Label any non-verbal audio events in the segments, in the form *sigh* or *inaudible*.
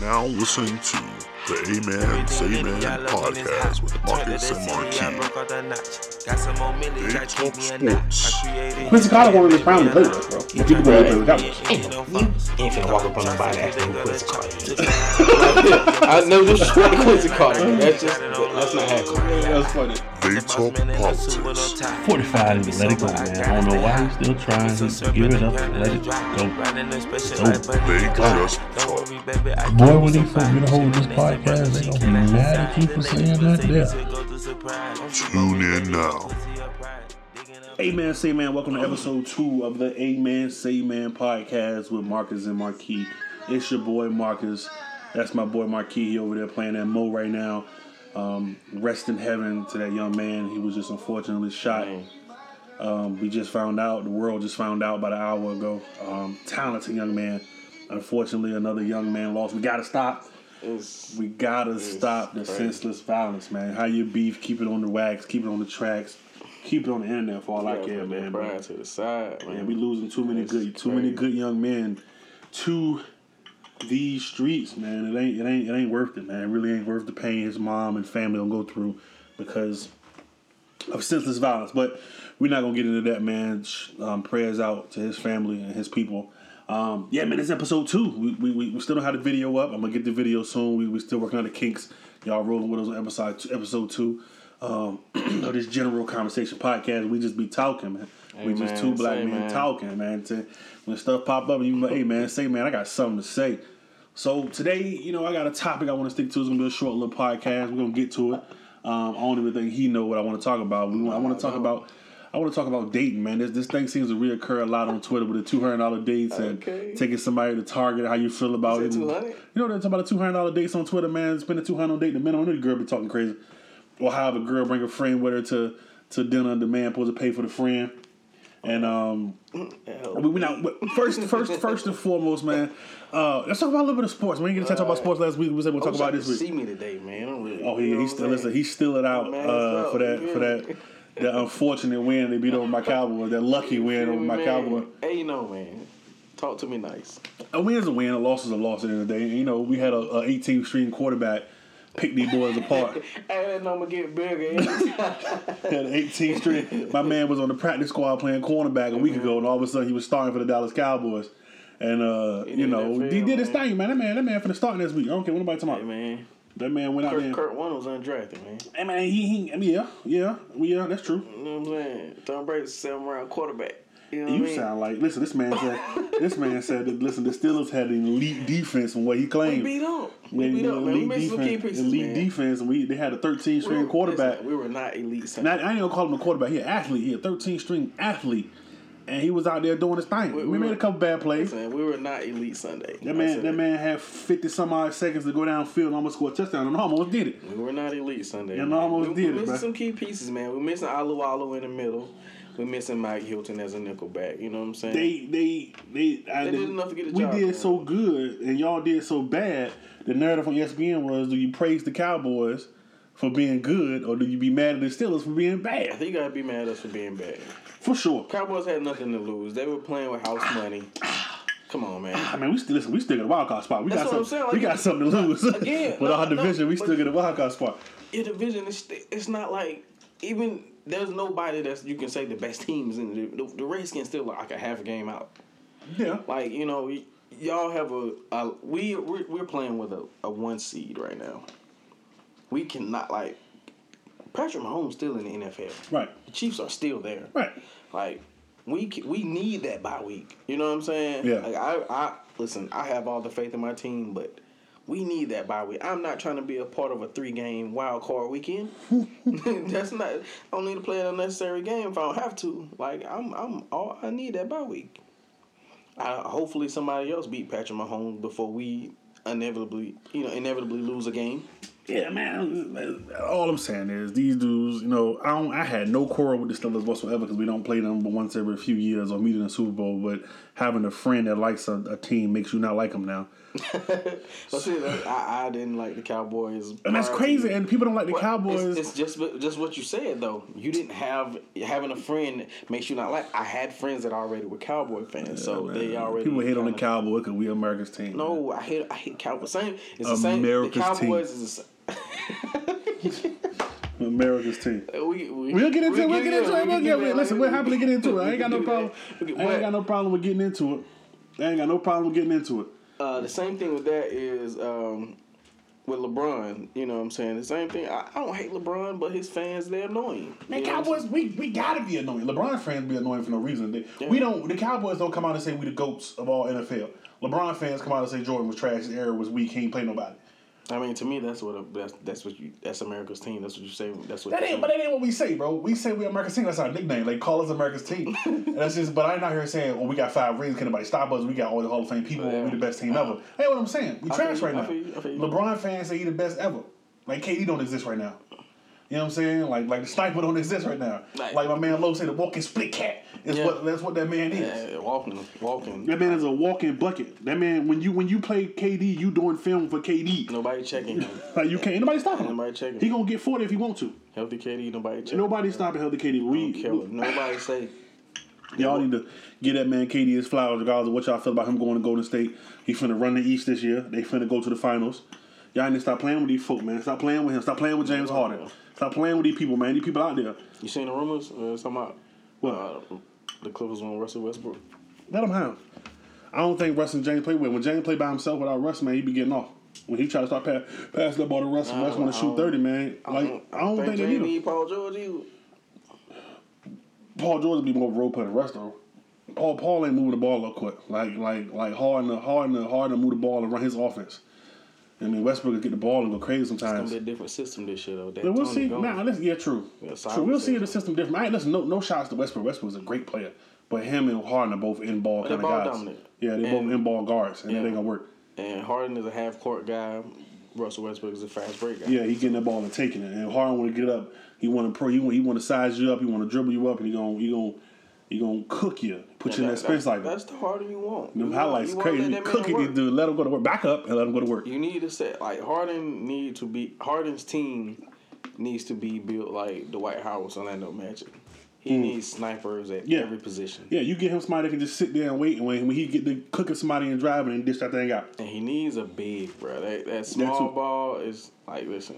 now listening to the A-Man's A-Man podcast with Marcus and Marquis. They talk sports. Quincy Carter won't really frown to play with us, bro. But people go out there without us. Ain't no you ain't finna walk up on nobody asking who Quincy Carter is. *laughs* I know this is like Quincy Carter. That's just that's not happening. That's funny. They talk politics. 45 to let it go, man. I don't know why he's still trying to give it up and let it go. They just talk. talk. Boy, when they forget to hold this podcast, they gonna be mad at you for saying that Tune in now. Hey man, say man, welcome to episode two of the A Man Say Man podcast with Marcus and Marquis. It's your boy Marcus. That's my boy Marquis He over there playing that mo right now. Um, rest in heaven to that young man. He was just unfortunately shot. Um, we just found out. The world just found out about an hour ago. Um, talented young man. Unfortunately, another young man lost. We gotta stop. It's- We gotta stop the senseless violence, man. How you beef, keep it on the wax, keep it on the tracks, keep it on the internet for all I gotta care, put that man. pride to the side, man. And we losing too many That's good, too many crazy. good young men to these streets, man. It ain't, it ain't, it ain't worth it, man. It really ain't worth the pain his mom and family don't go through because of senseless violence. But we're not gonna get into that, man. Sh- Um, prayers out to his family and his people. Um, yeah, man, it's episode two. We, we, we, we still don't have the video up. I'm gonna get the video soon. We we still working on the kinks. Y'all rolling with us on episode episode two. Um, *clears throat* of this general conversation podcast, we just be talking, man. we just man, two black say, men man. talking, man. To- when stuff pop up, you be like, hey man, say man, I got something to say. So today, you know, I got a topic I want to stick to. It's gonna be a short little podcast. We're gonna get to it. Um, I don't even think he know what I want to talk about. We want, I want to talk about. I want to talk about dating, man. This this thing seems to reoccur a lot on Twitter with the two hundred dollar dates Okay. and taking somebody to Target. How you feel about Is it? it and- 200? You know they're talking about two hundred dollar dates on Twitter, man. Spend a two hundred on date. The minimum. I know the girl be talking crazy. Or have a girl bring a friend with her to to dinner. The man supposed to pay for the friend. And um, we, we not we- first, first, first and foremost, man. Uh, let's talk about a little bit of sports. We didn't get to talk about sports last week. We said we'll talk about this You see week. me today, man. I'm really, Oh, you yeah, know he's what still I'm listen, saying? he's still it out My man's uh, up, for that you for feel that me? that unfortunate win they beat over my Cowboys. That lucky win over Feel me, my man? Cowboys. Hey, you know, man. Talk to me nice. A win's a win. A loss is a loss. At the end of the day, you know we had a, a 18 string quarterback pick these boys apart. Hey, that number get bigger. ain't it? had an 18 string. My man was on the practice squad playing cornerback a week Mm-hmm. ago, and all of a sudden he was starting for the Dallas Cowboys. And uh, He you did know, that he field, did his man. thing, man. That man, that man for the starting this week. I don't care what nobody hey, talking about. *laughs* man. That man went out Kurt, there. Kurt One was undrafted, man. Hey man, he, he, I mean, yeah, yeah, well, yeah, that's true. You know what I'm saying? Tom Brady's a seven round quarterback. You know what I You mean? sound like listen. This man *laughs* said, this man said that listen, the Steelers had an elite defense from what he we claimed. beat up. We When beat the up, man. We missed some key pieces, elite man. defense. We they had a 13 We string were- quarterback. listen, We were not elite. son. And I, I ain't gonna call him a quarterback. He an athlete. He a 13 string athlete, and he was out there doing his thing. We, We- we made were- a couple bad plays. Listen, we were not elite Sunday. That I man, said that man had fifty some odd seconds to go downfield and almost score a touchdown and almost did it. We were not elite Sunday. And man. almost we, did it, we missing bruh. some key pieces, man. We're missing Alualu in the middle. We're missing Mike Hilton as a nickelback. You know what I'm saying? They, they, they. I, They did enough to get the We job did done. so good, and y'all did so bad. The narrative on E ESPN was: Do you praise the Cowboys for being good, or do you be mad at the Steelers for being I bad? think you gotta be mad at us for being bad. For sure. Cowboys had nothing to lose. They were playing with house money. Come on, man. I mean, we still listen, we still got a wild card spot. We That's got what I'm something. saying, like- we got something to lose. Again, *laughs* With no, our no, division, we but- still get a wild card spot. Your division is it's not like even there's nobody that's you can say the best teams in the the, the Redskins still like a half a game out. Yeah. Like you know, y- y'all have a, a we we're, we're playing with a, a one seed right now. We cannot like Patrick Mahomes still in the NFL. Right. The Chiefs are still there. Right. Like we c- we need that bye week. You know what I'm saying? Yeah. Like I I listen. I have all the faith in my team, but. We need that bye week. I'm not trying to be a part of a three game wild *laughs* card weekend. *laughs* That's not. I don't need to play an unnecessary game if I don't have to. Like I'm, I'm all. I need that bye week. I, hopefully somebody else beat Patrick Mahomes before we inevitably, you know, inevitably lose a game. *laughs* Yeah, man. All I'm saying is these dudes. You know, I don't, I had no quarrel with the Steelers whatsoever because we don't play them but once every few years or meet in the Super Bowl. But having a friend that likes a, a team makes you not like them now. But see, that- I, I didn't like the Cowboys. And that's prior to- crazy. And people don't like the Well, Cowboys. It's, it's just just what you said though. You didn't have having a friend makes you not like. I had friends that already were Cowboy fans, so they already people hate on the kinda- Cowboys because we America's team. No, I hate I hate Cowboys. Same, it's the same. The America's team. Cowboys is the same. America's team. We, we, We'll get into it. We'll get into yeah, it. We'll get we can do into it. that. Listen, we're happy to get into it. I ain't *laughs* got no We can do problem. that. I We ain't can- what? got no problem with getting into it. I ain't got no problem with getting into it. Uh, the same thing with that is um, with LeBron. You know what I'm saying? The same thing. I, I don't hate LeBron, but his fans they're annoying. Man, You know what I'm Cowboys, we, we gotta be annoying. LeBron fans be annoying for no reason. They, Yeah. We don't. The Cowboys don't come out and say we the goats of all NFL. LeBron fans come out and say Jordan was trash, his era was weak, he ain't play nobody. I mean, to me, that's what that's that's what you that's America's team. That's what you say. That's what. That you ain't, but that ain't what we say, bro. We say we America's team. That's our nickname. Like call us America's team. *laughs* and that's just. But I'm not here saying, "Oh, we got five rings. Can anybody stop us? We got all the Hall of Fame people. Yeah. We the best team ever." That ain't what I'm saying. We I trash feel right you, I now. feel you, I feel you. LeBron fans say he the best ever. Like KD don't exist right now. You know what I'm saying? Like like the sniper don't exist right now. Like- Like, my man Lowe said, the walking split cat is Yeah. what that's what that man is. Yeah, walking, walking. That man is a walking bucket. That man, when you when you play KD, you doing film for KD. Nobody checking *laughs* him. Like you can't anybody stop him. Nobody checking. He gonna get forty if he want to. Healthy KD. Nobody checking. Nobody stopping healthy KD. Don't We, *laughs* care what Nobody say. Y'all need to get that man KD his flowers, regardless of what y'all feel about him going to Golden State. He finna run the East this year. They finna go to the finals. Y'all need to stop playing with these folk, man. Stop playing with him. Stop playing with James Harden. Stop playing with these people, man. These people out there. You seen the rumors? Uh, something about What? uh, the Clippers want Russell Westbrook. Let him have. I don't think Russ and James play with. When James play by himself without Russ, man, he be getting off. When he try to start pass, passing the ball to Russ, and Russ want to shoot thirty, man. Like I don't think they Jay need him. need Paul George. either. Paul George be more role player than Russ though. Paul Paul ain't moving the ball up quick. Like like like hard to hard to hard to move the ball and run his offense. I mean Westbrook will get the ball and go crazy Gonna sometimes. be a different system this year though. That But we'll Tony see. Gomes. Nah, let's yeah, true. Yeah, true. Simon We'll said see if the so. system different. I listen, no no shots to Westbrook. Westbrook is a great player, but him and Harden are both in ball But they're kind of ball guys. dominant. Yeah, they And- both in ball guards, and Yeah. it ain't gonna work. And Harden is a half court guy. Russell Westbrook is a fast break guy. Yeah, he getting that ball and taking it, and Harden want to get up. He want to pro. He want he want to size you up. He want to dribble you up, and he gonna he gonna he gonna cook you, put you in that space like that. That's the Harden you want. Them You highlights want- you crazy. want to let that man Cooking work. these dude, let him go to work. Back up and let him go to work. You need to set like Harden need to be Harden's team needs to be built like Dwight Howard's Orlando Magic. He needs snipers at Hmm. Yeah. every position, Yeah, you get him somebody that can just sit there and wait, and when, when he get to cooking somebody and driving and dish that thing out. and he needs a big bro. That, that small too. ball is like listen.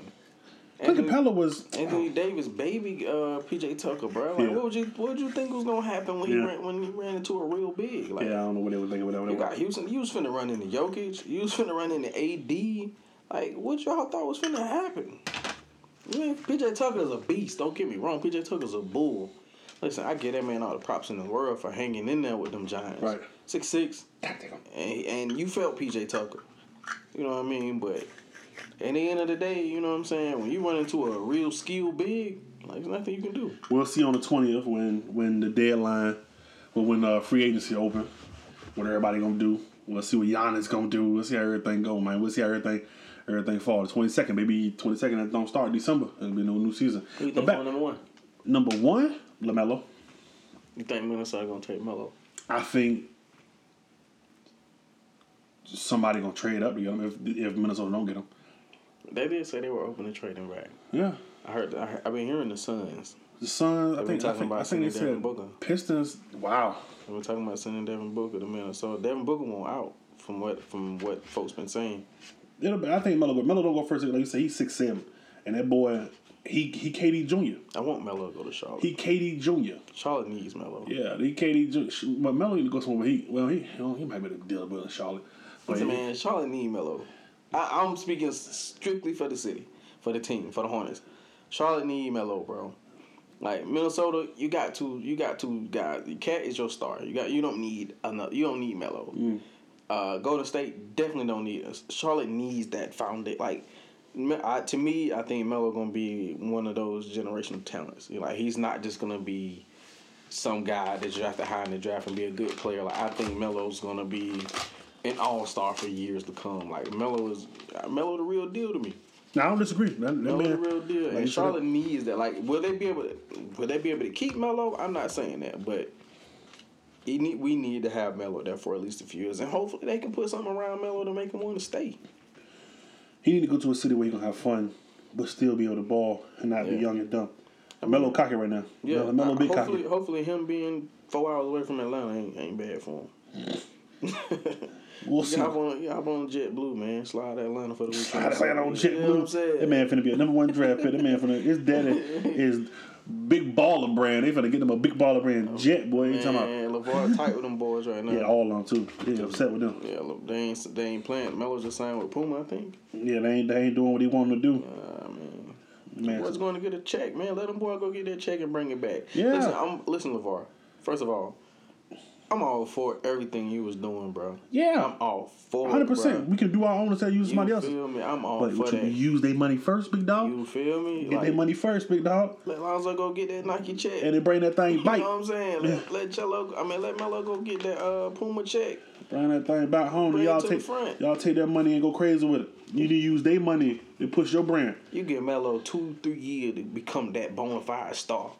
Clint Anthony- Capella was Anthony Davis, baby, uh, PJ Tucker, bro. Like, Yeah. what would you what would you think was gonna happen when he Yeah. ran when he ran into a real big? Like, yeah, I don't know what they were thinking, whatever. you got whatever. Houston. You was finna run into Jokic. You was finna run into AD. Like, what y'all thought was finna happen? Man, PJ Tucker is a beast. Don't get me wrong. PJ Tucker's a bull. Listen, I get that man all the props in the world for hanging in there with them Giants. Right. Six six. And, and you felt PJ Tucker. You know what I mean? But at the end of the day, you know what I'm saying? When you run into a real skilled big, like, there's nothing you can do. We'll see on the twentieth when when the deadline, well when uh, free agency open, what everybody gonna do. We'll see what Giannis gonna do. We'll see how everything go, man. We'll see how everything everything fall. The twenty second, maybe twenty second. It don't start December. It'll be no new season. Who you But think back- going number one? number one, Lamelo. You think Minnesota gonna take Melo? I think somebody gonna trade up to get him if, if Minnesota don't get him. They did say they were open to trading back. Yeah, I heard. I heard I've been hearing the Suns. the Suns. I think. They've been I talking think, about I think they sending Devin said Booker. Pistons. Wow. They've been talking about sending Devin Booker to Minnesota. Devin Booker won't out from what from what folks been saying. It'll be, I think Melo. go- Melo don't go first. Like you say, he's six seven, and that boy, he he KD Junior. I want Melo to go to Charlotte. He KD Junior. Charlotte needs Melo. Yeah, he KD Junior. But Melo need to go somewhere. Where he well, he well, he might be able to deal with Charlotte. But Listen, man, Charlotte need Melo. I, I'm speaking strictly for the city, for the team, for the Hornets. Charlotte need Melo, bro. Like Minnesota, you got two. You got two guys. Cat is your star. You got. You don't need another. You don't need Melo. Uh, Golden State definitely don't need us. Charlotte needs that foundation. Like, me- I, to me, I think Melo gonna be one of those generational talents. Like, he's not just gonna be some guy that you have to hire in the draft and be a good player. Like, I think Melo's gonna be an all star for years to come. Like, Melo is Melo the real deal to me. No, I don't disagree. That, that No, man, real deal. like, And Charlotte needs that. Like, will they be able to? Will they be able to keep Melo? I'm not saying that, but he need, we need to have Melo there for at least a few years, and hopefully they can put something around Melo to make him want to stay. he need to go to a city where he can have fun, but still be able to ball and not Yeah. be young and dumb. Melo cocky right now. Yeah, Melo, Melo uh, big hopefully, cocky. hopefully him being four hours away from Atlanta ain't, ain't bad for him. We'll see. You hop on, you hop on JetBlue, man. Slide to Atlanta for the weekend. I had on Jet You know what Blue. I'm saying? That man finna be a number one draft pick. That man finna his *laughs* daddy is big baller brand. They finna get him a big baller brand jet boy. You Oh, Man, talking about LeVar tight with them boys right now. yeah, all on too. Yeah, upset with them. Yeah, look, they ain't they ain't playing. Melo's just signed with Puma, I think. Yeah, they ain't they ain't doing what he wanted to do. Uh, man, Man, boy's going to get a check, man. Let them boy go get that check and bring it back. Yeah. Listen, I'm, listen, Levar. First of all, I'm all for everything you was doing, bro. Yeah. I'm all for hundred it, bro. percent. We can do our own instead of using You somebody else's. feel me? I'm all But for should we that. use their money first, big dog? You feel me? get Like, their money first, big dog, Let Lonzo go get that Nike check. and then bring that thing *laughs* you back. know what I'm saying? Let, let Cello, I mean, let Melo go get that uh, Puma check. Bring that thing back home, and Bring it y'all to the take front. y'all take that money and go crazy with it. You need to use their money to push your brand. You give Melo two, three years to become that bona fide star.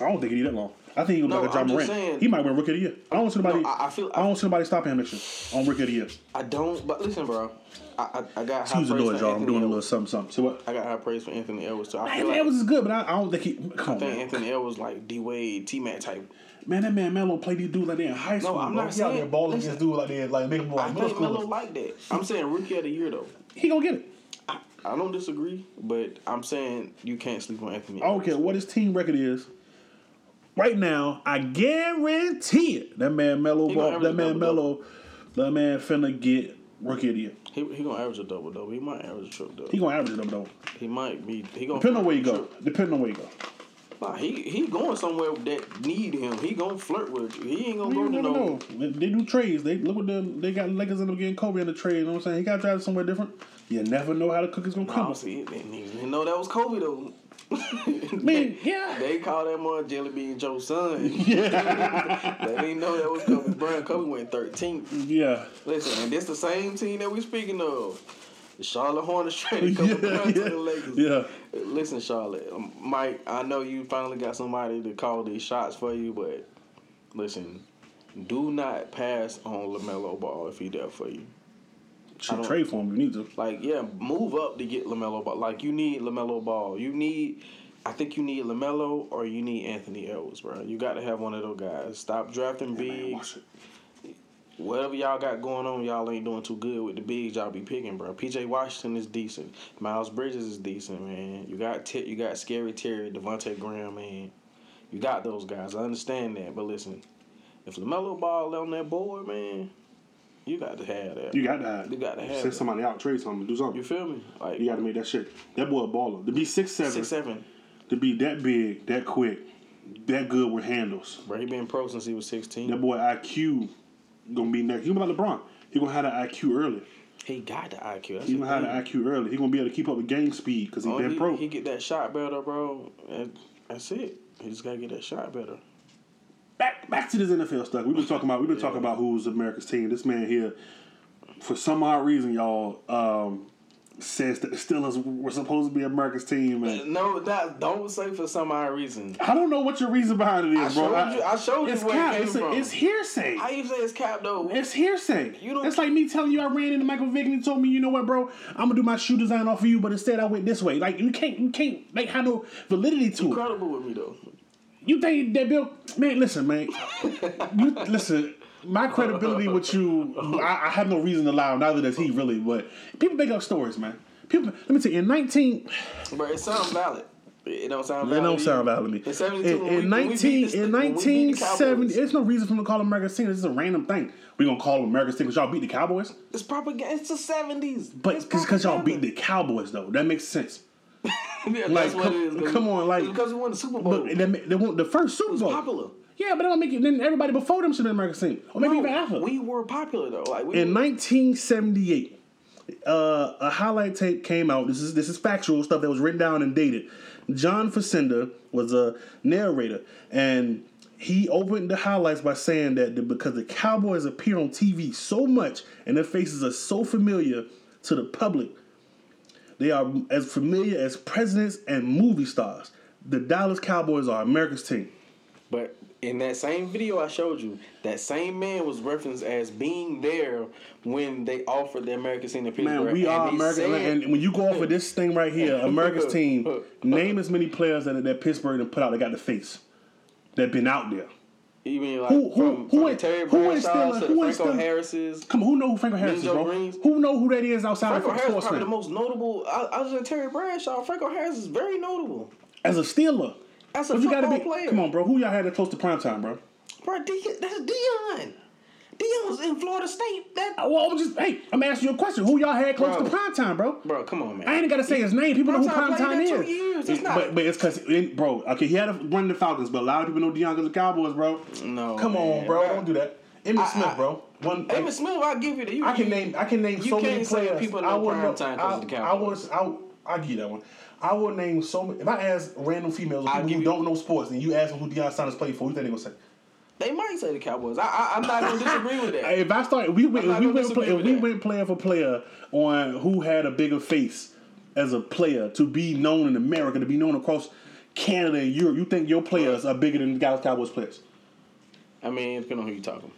I don't think he need that long. I think he's gonna No, be like a John I'm just Morant. saying- he might win Rookie of the Year. I don't see nobody. No, I- I feel- I, don't see nobody stopping him this year on Rookie of the Year. I don't, but listen, bro. I, I, I got high Excuse praise the noise, for y'all. I'm doing a little Anthony Edwards. something, something. So what? I got high praise for Anthony Edwards. So I feel Anthony like, Edwards is good, but I, I don't think he. Come I on, think man. Anthony Edwards like D Wade, T Mac type. man. That man Melo played these dudes like they in high school. I'm bro. not he out there saying- balling listen. against dudes like they in- like making them I like middle think Melo school. like that. I'm saying rookie of the year though. He gonna get it. I don't disagree, but I'm saying you can't sleep on Anthony. I don't care what his team record is. Right now, I guarantee it. That man Melo. He gonna ball- average That man double-double. Melo. That man finna get Rookie of the Year. He, he gonna average a double double. He might average a triple double. He He, gonna average them though. might be. He gonna Depending on where you go. Depending on where you go. Nah, he he going somewhere that need him. He gonna flirt with you. He ain't gonna You go to never no. know. They they do trades. They look at them. They got Lakers end up getting Kobe in the trade. You know what I'm saying? He got drafted somewhere different. You never know how the cookie's gonna I crumble. don't see it. They didn't even know that was Kobe though. *laughs* Man, yeah. They call that man Jelly Bean Joe's *laughs* son. Yeah. they didn't know that was Kobe Bryant. Kobe went 13th. yeah, Listen, and this the same team that we speaking of. The Charlotte Hornets traded *laughs* Kobe yeah, Bryant to the yeah, Lakers. yeah. Listen, Charlotte, um, Mike, I know you finally got somebody to call these shots for you, but listen, do not pass on LaMelo Ball if he there for you. Should don't- trade for him. You need to. Like, yeah, move up to get LaMelo Ball. Like, you need LaMelo Ball. You need, I think you need LaMelo or you need Anthony Edwards, bro. You got to have one of those guys. Stop drafting Man, bigs. watch it. Whatever y'all got going on, y'all ain't doing too good with the bigs y'all be picking, bro. PJ Washington is decent. Miles Bridges is decent, man. You got T- you got Scary Terry, Devontae Graham, man. You got those guys. I understand that, but listen, if Lamelo Ball on that board, man, you got to have that. You got to have. it. You got to have Send it. somebody out. Trade something. Do something. You feel me? Like You got to make that shit. That boy a baller. To be six seven. six seven, To be that big, that quick, that good with handles. bro. He been pro since he was sixteen. That boy IQ gonna be next. He gonna be like LeBron. He gonna have the IQ early. He got the IQ. That's He the gonna have thing. the IQ early. He gonna be able to keep up with game speed because he Oh, been he, pro. he get that shot better, bro. And that's it. He just gotta get that shot better. back back to this NFL stuff. We've been talking about we've been talking about who's America's team. This man here, for some odd reason, y'all um, says that the Steelers were supposed to be America's team, and No, that don't say for some odd reason. I don't know what your reason behind it is, I bro. showed you- I showed you it's where it cap- came it's, a- from. it's hearsay. How you say it's cap though? it's hearsay. You don't- it's like me telling you I ran into Michael Vick and he told me, you know what, bro, I'm gonna do my shoe design off of you, but instead I went this way. Like you can't, you can't like have no validity to it. Incredible with me though. You think that Bill? Man, listen, *laughs* man. You listen. My credibility with you, I, I have no reason to lie. Neither does he really. But people make up stories, man. People, let me tell you. In nineteen, But it sounds valid. It don't sound that valid. don't sound either. valid to me. In 72, In, when we- in when we nineteen, beat the- in when we beat the nineteen seventy, Cowboys. it's no reason for them to call America's team. This is a random thing. We gonna call them America's team because y'all beat the Cowboys. It's propaganda. It's the seventies. But because y'all beat the Cowboys, though, that makes sense. yeah, like, that's what come- it is, 'cause come on, it's like- because we won the Super Bowl. But that, ma- they won the first Super Bowl. popular. Yeah, but that don't make it. Then everybody before them should be America's team, or maybe No, even after. we were popular though. Like we In 1978, uh, a highlight tape came out. This is this is factual stuff that was written down and dated. John Facenda was a narrator, and he opened the highlights by saying that the, because the Cowboys appear on TV so much and their faces are so familiar to the public, They are as familiar as presidents and movie stars. The Dallas Cowboys are America's team. But in that same video I showed you, that same man was referenced as being there when they offered the American team to Pittsburgh. Man, we are they American. said- and when you go off of this thing right here, America's *laughs* team, name as many players that, that Pittsburgh done put out that got the face that been out there. you mean like who- from, who from ain't- Terry who ain't Bradshaw to still- the who ain't Franco still- Harris's? Come on, who know who Franco Harris is, Joe bro? Brees? Who know who that is outside Franco of Harris is sports probably the fan? most notable. o- Other than Terry Bradshaw, Franco Harris is very notable. As a Steeler, That's a But you gotta football be. player. Come on, bro. Who y'all had that close to prime time, bro? bro. De- that's Dion. Dion's in Florida State. That Uh, Well, I'm just hey, I'm asking you a question. Who y'all had close Bro. to prime time, bro? bro, come on, man. I ain't gotta say his name. People know who prime Primetime time played that is. two years. It's not- But but it's because bro. Okay, he had a run the Falcons, but a lot of people know Deion because of the Cowboys, bro. No, come on, man. bro. Don't do that. Emmitt Smith, I- bro. One. Emmitt Smith, I'll give you the. You, I can name. I can name You so many can't say players. people I know would prime time 'cause of the I, I Cowboys. was. I. I give you that one. I will name so many. If I ask random females or I'll people give who you- don't know sports, and you ask them who Deion Sanders played for, who think they gonna say? They might say the Cowboys. I, I, I'm not going to disagree with that. If *laughs* I started, we went, I'm if not we gonna went, play, disagree if with we that. went player for player on who had a bigger face as a player to be known in America, to be known across Canada and Europe. You think your players are bigger than the Dallas Cowboys players? I mean, it depends on who you talking.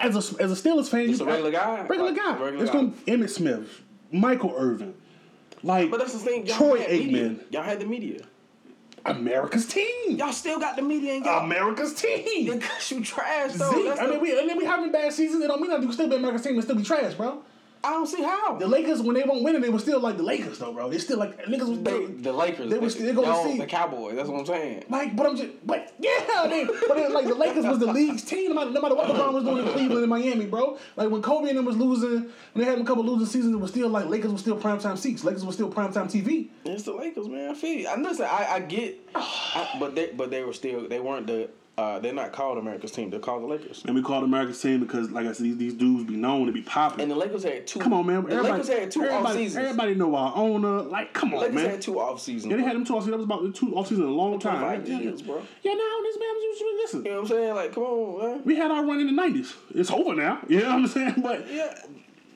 As a as a Steelers fan, Just you a regular guy? regular Like, guy. regular it's guy. going to Emmitt Smith, Michael Irvin, like But that's the thing. Y'all Troy had Aikman, Media. Y'all had the media. America's team, Y'all still got the media and y'all. America's *laughs* team. because you trash though. Uh, Zeke, That's I the- mean, we and then we having bad seasons. It don't mean nothing. You can still be America's team and still be trash, bro. I don't see how. The Lakers, when they won't win it, they were still like the Lakers, though, bro. They still like niggas was They- they, the Lakers. They were still gonna y'all see the Cowboys. That's what I'm saying. like, but I'm just, but yeah, they, but it, like the Lakers was the league's team, no matter, no matter what LeBron was doing in Cleveland and Miami, bro. Like when Kobe and them was losing, when they had a couple losing seasons, it was still like Lakers was still primetime seats, Lakers was still primetime TV. It's the Lakers, man. I feel you. I listen. I, *sighs* I get, I, but they but they were still they weren't the uh, they're not called America's team. They're called the Lakers. And we called America's team because, like I said, these, these dudes be known to be And popular. the Lakers had two. Come on, man. The Lakers had two off everybody, seasons. everybody know our owner. Like, come on, Lakers man. had two off seasons. yeah, they had them two off season. That was about the two off season a long time. 25 Yeah, years, yeah. bro. Yeah, now this man, listen. You know what I'm saying? Like, come on, man. we had our run in the nineties. It's over now. *laughs* You know what I'm saying? But Yeah,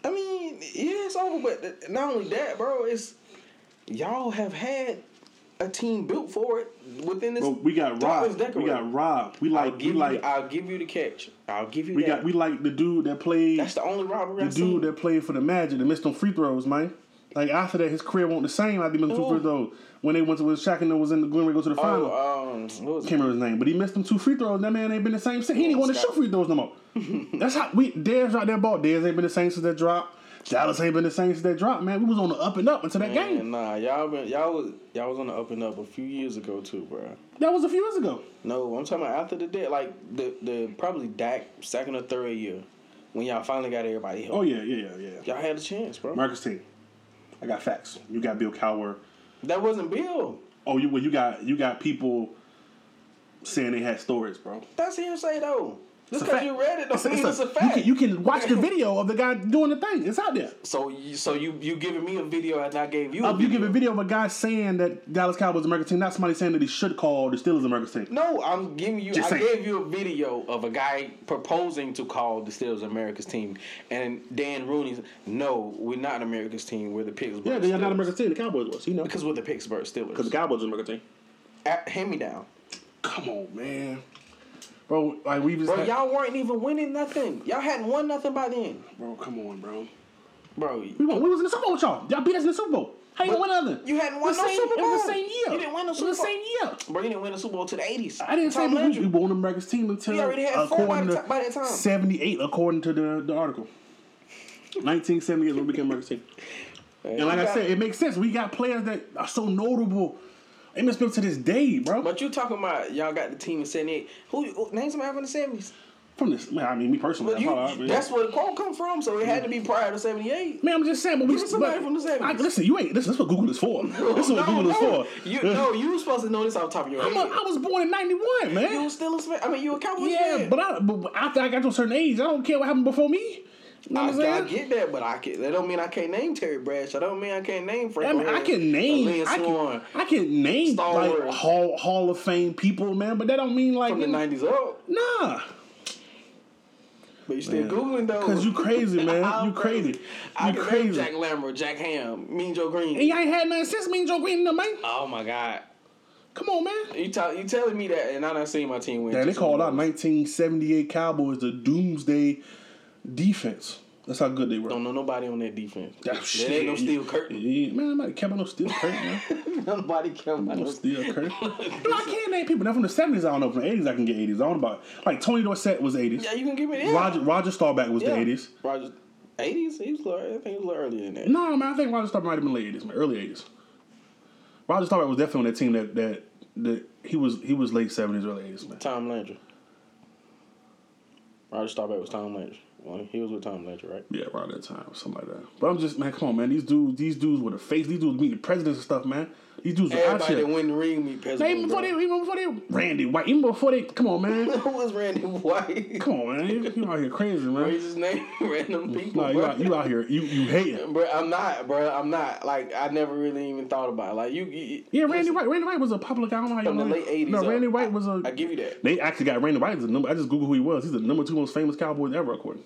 I mean, yeah, it's over. But th- not only that, bro, it's y'all have had a team built for it within this. bro, we got throughout this robbed. We decade. got robbed. We like I'll we give you. like I'll give you the catch. I'll give you. we that. got we like the dude that played That's the only robbery. the I've seen. dude that played for the Magic that missed them free throws, man. Like after that, his career wasn't the same. I think missing two Who? free throws when they went to when Shaq and them was in the Glen Ray go to the final. Oh, um, what was it? Can't remember his name, but he missed them two free throws. That man ain't been the same since. He ain't want to shoot Oh, Scott. free throws no *laughs* more. That's how we Dez dropped that ball. Dez ain't been the same since that drop. Dallas ain't been the same since that drop, man. We was on the up and up until that Man, game. Nah, y'all been y'all was y'all was on the up and up a few years ago too, bro. That was a few years ago. No, I'm talking about after the dead, like the the probably Dak second or third year when y'all finally got everybody Oh healthy. yeah, yeah, yeah, yeah. Y'all had a chance, bro. Marcus team. I got facts. You got Bill Cowher. That wasn't Bill. Oh, you well, you got you got people saying they had stories, bro. That's hearsay though. It's Just a because fact. you read it don't mean it's a You fact. can, you can watch the video of the guy doing the thing. It's out there. so you so you you giving me a video after I gave you a If you give a video of a guy saying that Dallas Cowboys American team, not somebody saying that he should call the Steelers American team. No, I'm giving you. Just I saying. gave you a video of a guy proposing to call the Steelers America's team, and Dan Rooney's. No, we're not America's team. We're the Pittsburgh. Yeah, they're not Steelers." American team. The Cowboys was, you know, because Because we're the Pittsburgh Steelers. the Cowboys are American team. A- hand me down, Come on, man, bro. Like we just, bro. had- Y'all weren't even winning nothing. Y'all hadn't won nothing by then, bro. Come on, bro. bro. We won. We was in the Super Bowl with y'all. Y'all beat us in the Super Bowl. How you But win other? you hadn't won It was no same- Super It was the Bowl. same year. You didn't win no It Super was the Bowl. same year. Bro, you didn't win the Super Bowl to the '80s. I didn't Tom say we, Landry- we won America's team until We already had four by according the to ti- by that time. seventy eight, according to the, the article. Nineteen seventy eight when we became America's team. And like you I got- said, it makes sense. We got players that are so notable. Emmitt Smith to this day, bro. But you talking about y'all got the team in '78? Who who- name somebody from the '70s? From this, man, I mean, me personally, But that's you, all I- yeah. that's where the quote come from. So it had to be prior to '78. Man, I'm just saying, but we Give me somebody but- from the 70s. I- Listen, you ain't. Listen, this is what Google is *laughs* for. This is what No, Google is no. for. You no, you were supposed to know this off the top of *laughs* your I'm head. a, I was born in '91, man. you were still a fan. I mean, you a Cowboys yeah, fan. but, I, but after I got to a certain age, I don't care what happened before me. You know I, what I'm saying? I get that, but I can. That don't mean I can't name Terry Bradshaw. That don't mean I can't name Frank. I mean, I can name, Lynn I Swan can, I can name Star like Wars. Hall Hall of Fame people, man. But that don't mean like from the you know- '90s up. nah. But you still Man. googling though. Cause you *laughs* crazy, man. I'm You crazy. I You can name crazy. Jack Lambert, Jack Ham, Mean Joe Green. And y'all ain't had nothing since me and Joe Green, in the man. Oh my God. Come on, man. You tell you telling me that, and I done seen my team win. Man, they Just called one. out 1978 Cowboys the doomsday defense. That's how good they were. Don't know nobody on that defense. Ah, shit. There *laughs* ain't no steel curtain. Yeah, man, I'm not kept on no steel curtain, man. nobody care about No no steel *laughs* curtain. no, I can't name people. Now from the 70s, I don't know. From the 80s, I can get 80s. I don't know about Like, Tony Dorsett was 80s. Yeah, you can give me that. Roger, Roger Staubach was yeah. the 80s. Roger, eighties. He was. a little- I think he was a little earlier than that. No, man, I think Roger Staubach might have been late 80s, man, early 80s. Roger Staubach was definitely on that team that that that he was he was late 70s, early 80s, man. Tom Landry. Roger Staubach was Tom Landry. Well, he was with Tom Landry, right? Yeah, around that time, something like that. But I'm just man, come on, man. These dudes, these dudes were the face. These dudes meeting the presidents and stuff, man. These dudes were out Everybody that here. win the ring meet Pez. Man, even before they, even before they, Randy White, even before they, come on, *laughs* man, Who was Randy White? *laughs* come on, man. You, you out here crazy, Raise man. his name, *laughs* random people. No, you bro. out, you out here, you you hating. Bro, I'm not, bro. I'm not. Like, I never really even thought about it. Like, you. you Yeah, Randy White. Randy White was a public. I don't know how you From the know. late 80s No, up. Randy White was a. I give you that. They actually got Randy White as a number. I just googled who he was. He's the number two most famous Cowboy ever, according.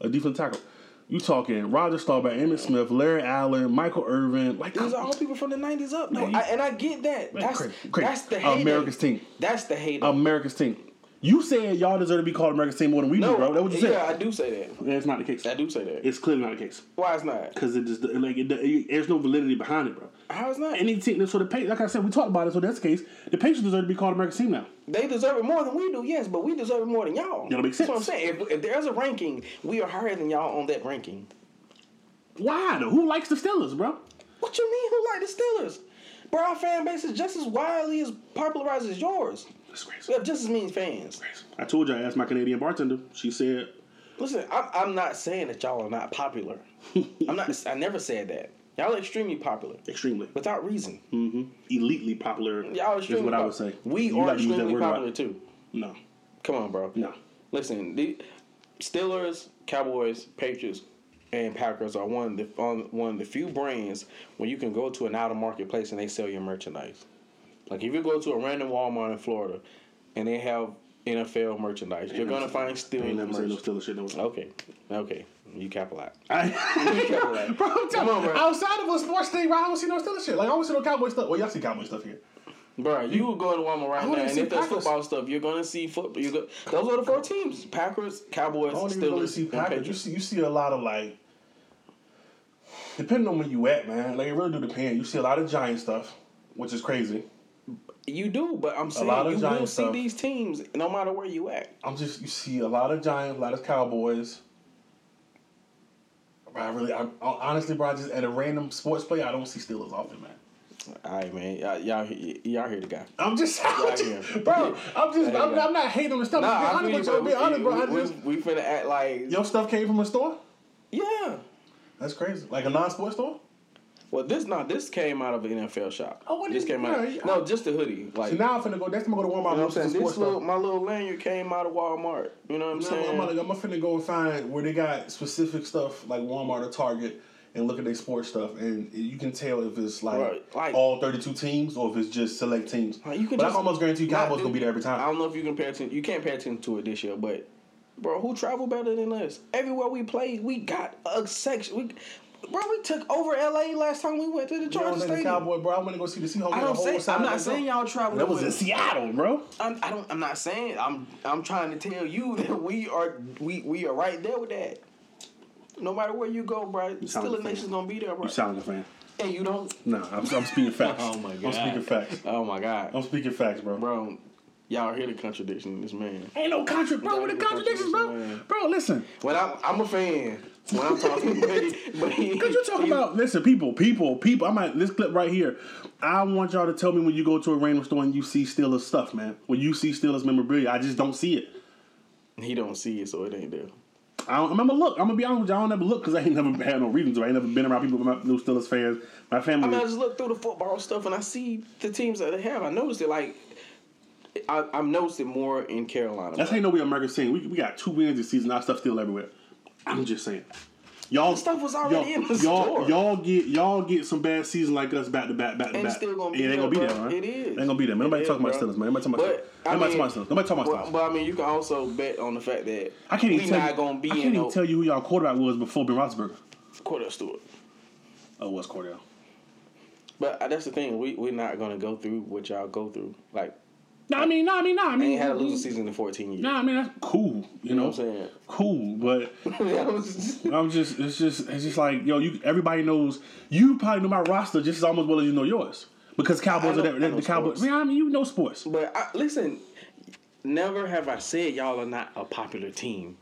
A defensive tackle. You talking Roger Staubach, Emmitt Smith, Larry Allen, Michael Irvin. Like These are all people from the 90s up. No, Man, I, and I get that. Man, that's, crazy, crazy. Uh, that's the hate. America's team. Um, That's the hate. America's team. You said y'all deserve to be called America's team more than we do, bro. That what you said. Yeah, I do say that. That's not the case. I do say that. It's clearly not the case Why it's not? because it just like it, it- there's no validity behind it, bro. How it's not? Any team, so the Pa- like I said, we talked about it. So that's the case. The Patriots deserve to be called America's team now. They deserve it more than we do, yes, but we deserve it more than y'all. That'll make That's what I'm sense. saying. If, if there's a ranking, we are higher than y'all on that ranking. Why though? Who likes the Steelers, bro? What you mean? Who like the Steelers? Bro, our fan base is just as widely as popularized as yours. That's We crazy. have just as many fans. Crazy. I told you I asked my Canadian bartender. She said, Listen, I'm, I'm not saying that y'all are not *laughs* popular. I'm not. I never said that. Y'all are extremely popular extremely, without reason. elitely popular. Y'all are is extremely. what I would pop- say. We You are like to use that extremely word a lot. popular too. No, Come on, bro. no. Listen, the Steelers, Cowboys, Patriots, and Packers are one of the on, one of the few brands where you can go to an out of marketplace and they sell your merchandise. Like if you go to a random Walmart in Florida, and they have NFL merchandise, you're gonna find I ain't never Steelers. said no merch. Steelers shit. No. Okay, okay, you cap a lot. I- You cap a *laughs* lot. Bro, I'm Come telling on, you, bro. outside of a sports thing, bro, I don't see no Steelers shit. Like, I don't see no Cowboy stuff. Well, y'all see Cowboy stuff here. Bro, you would go to Walmart right I now, wouldn't and see if there's Packers. football stuff, you're gonna see football. You go, those are the four teams: Packers, Cowboys, I don't even really Steelers, see and Packers. You Patriots. see, you see a lot of like, depending on where you at, man. Like, it really do depend. You see a lot of Giant stuff, which is crazy. You do, but I'm saying lot of you Giants will see stuff. these teams no matter where you at. I'm just, you see a lot of Giants, a lot of Cowboys. Bro, I really, I, honestly, bro, I just at a random sports play, I don't see Steelers often, man. All right, man, y'all y'all, y- y'all hear the guy. I'm just, *laughs* Yeah, I'm yeah. just bro. I'm just, Yeah, I'm, yeah. I'm not hating on the stuff. Nah, Nah, I be feel honest, you, bro. bro. We, Be honest, bro. I we, just, we, we finna act like your stuff came from a store. yeah. That's crazy. Like a non-sports store. Well, this not this came out of an NFL shop. Oh, what this is- came out? yeah, no, just the hoodie. Like So now I'm finna go. Next time I go to Walmart, you know what I'm I'm saying. saying sports This little, store. my little lanyard came out of Walmart. You know what I'm Now saying? I'm, gonna, I'm finna go and find where they got specific stuff like Walmart or Target and look at their sports stuff, and you can tell if it's like, Right, like- all 32 teams or if it's just select teams. Like, you can but just I almost guarantee you not Cowboys do- gonna be there every I time. don't know if you can pay attention. You can't pay attention to it this year, but bro, who traveled better than us? Everywhere we played, we got a section. We, bro, we took over LA last time we went to the You know what I'm Chargers saying? The Stadium. Cowboy, bro. I want to go see the Seahawks. I the don't whole say. side I'm of not that saying go. y'all traveled. That was in with- Seattle, bro. I'm, I don't. I'm not saying. I'm. I'm trying to tell you *laughs* that we are. We we are right there with that. No matter where you go, bro, sound still a like a fan. nation's gonna be there, bro. You sound like a fan. and you don't. No, I'm, I'm *laughs* speaking facts. Oh my I'm God. speaking facts. Oh my god, I'm speaking facts, bro. *laughs* bro, y'all hear the contradiction in this man. Ain't no contra, bro. With the contradictions, bro. Bro, listen. When I'm, I'm a fan. When I'm *laughs* talking, but he, but he, Cause you talking he- about listen, people, people, people. I'm at this clip right here. I want y'all to tell me when you go to a random store and you see Steelers stuff, man. When you see Steelers memorabilia, I just don't see it. He don't see it, so it ain't there. I don't, I'm gonna look. I'm gonna be honest with you. I don't ever look because I ain't *laughs* never had no reason to. I ain't never been around people with my no Steelers fans. My family. I mean, I just look through the football stuff and I see the teams that they have. I noticed it like. I, I'm noticing more in Carolina. that's bro. ain't no we American team. We, we got two wins this season. Our stuff still everywhere. I'm just saying. Y'all The stuff was already y'all, in the y'all, store. Y'all get y'all get some bad season like us back to back back to And back. it's still gonna be it ain't gonna be there, that, bro. man. It is. Ain't gonna be that. It Nobody is, talking about bro. Steelers, man. Nobody talking about But, Steelers. I Nobody talking mean- about Steelers. Nobody talking about But, Steelers. but I mean, you can also bet on the fact that I can't even we tell not you, gonna be I can't in even no tell you who y'all quarterback was before Ben Roethlisberger. quarter Stewart. Oh, it was Cordell. But uh, that's the thing. We we're not gonna go through what y'all go through. Like No, I mean, no, I mean, no, I I mean, ain't had a losing season in fourteen years. No, I mean that's cool. You, know, know what I'm saying? cool, but That was- I'm just it's just it's just like yo, you everybody knows you probably know my roster just as almost well as you know yours because Cowboys I know- are I that know the Cowboys. sports. Yeah, I mean you know sports. *laughs* but I, listen, never have I said y'all are not a popular team.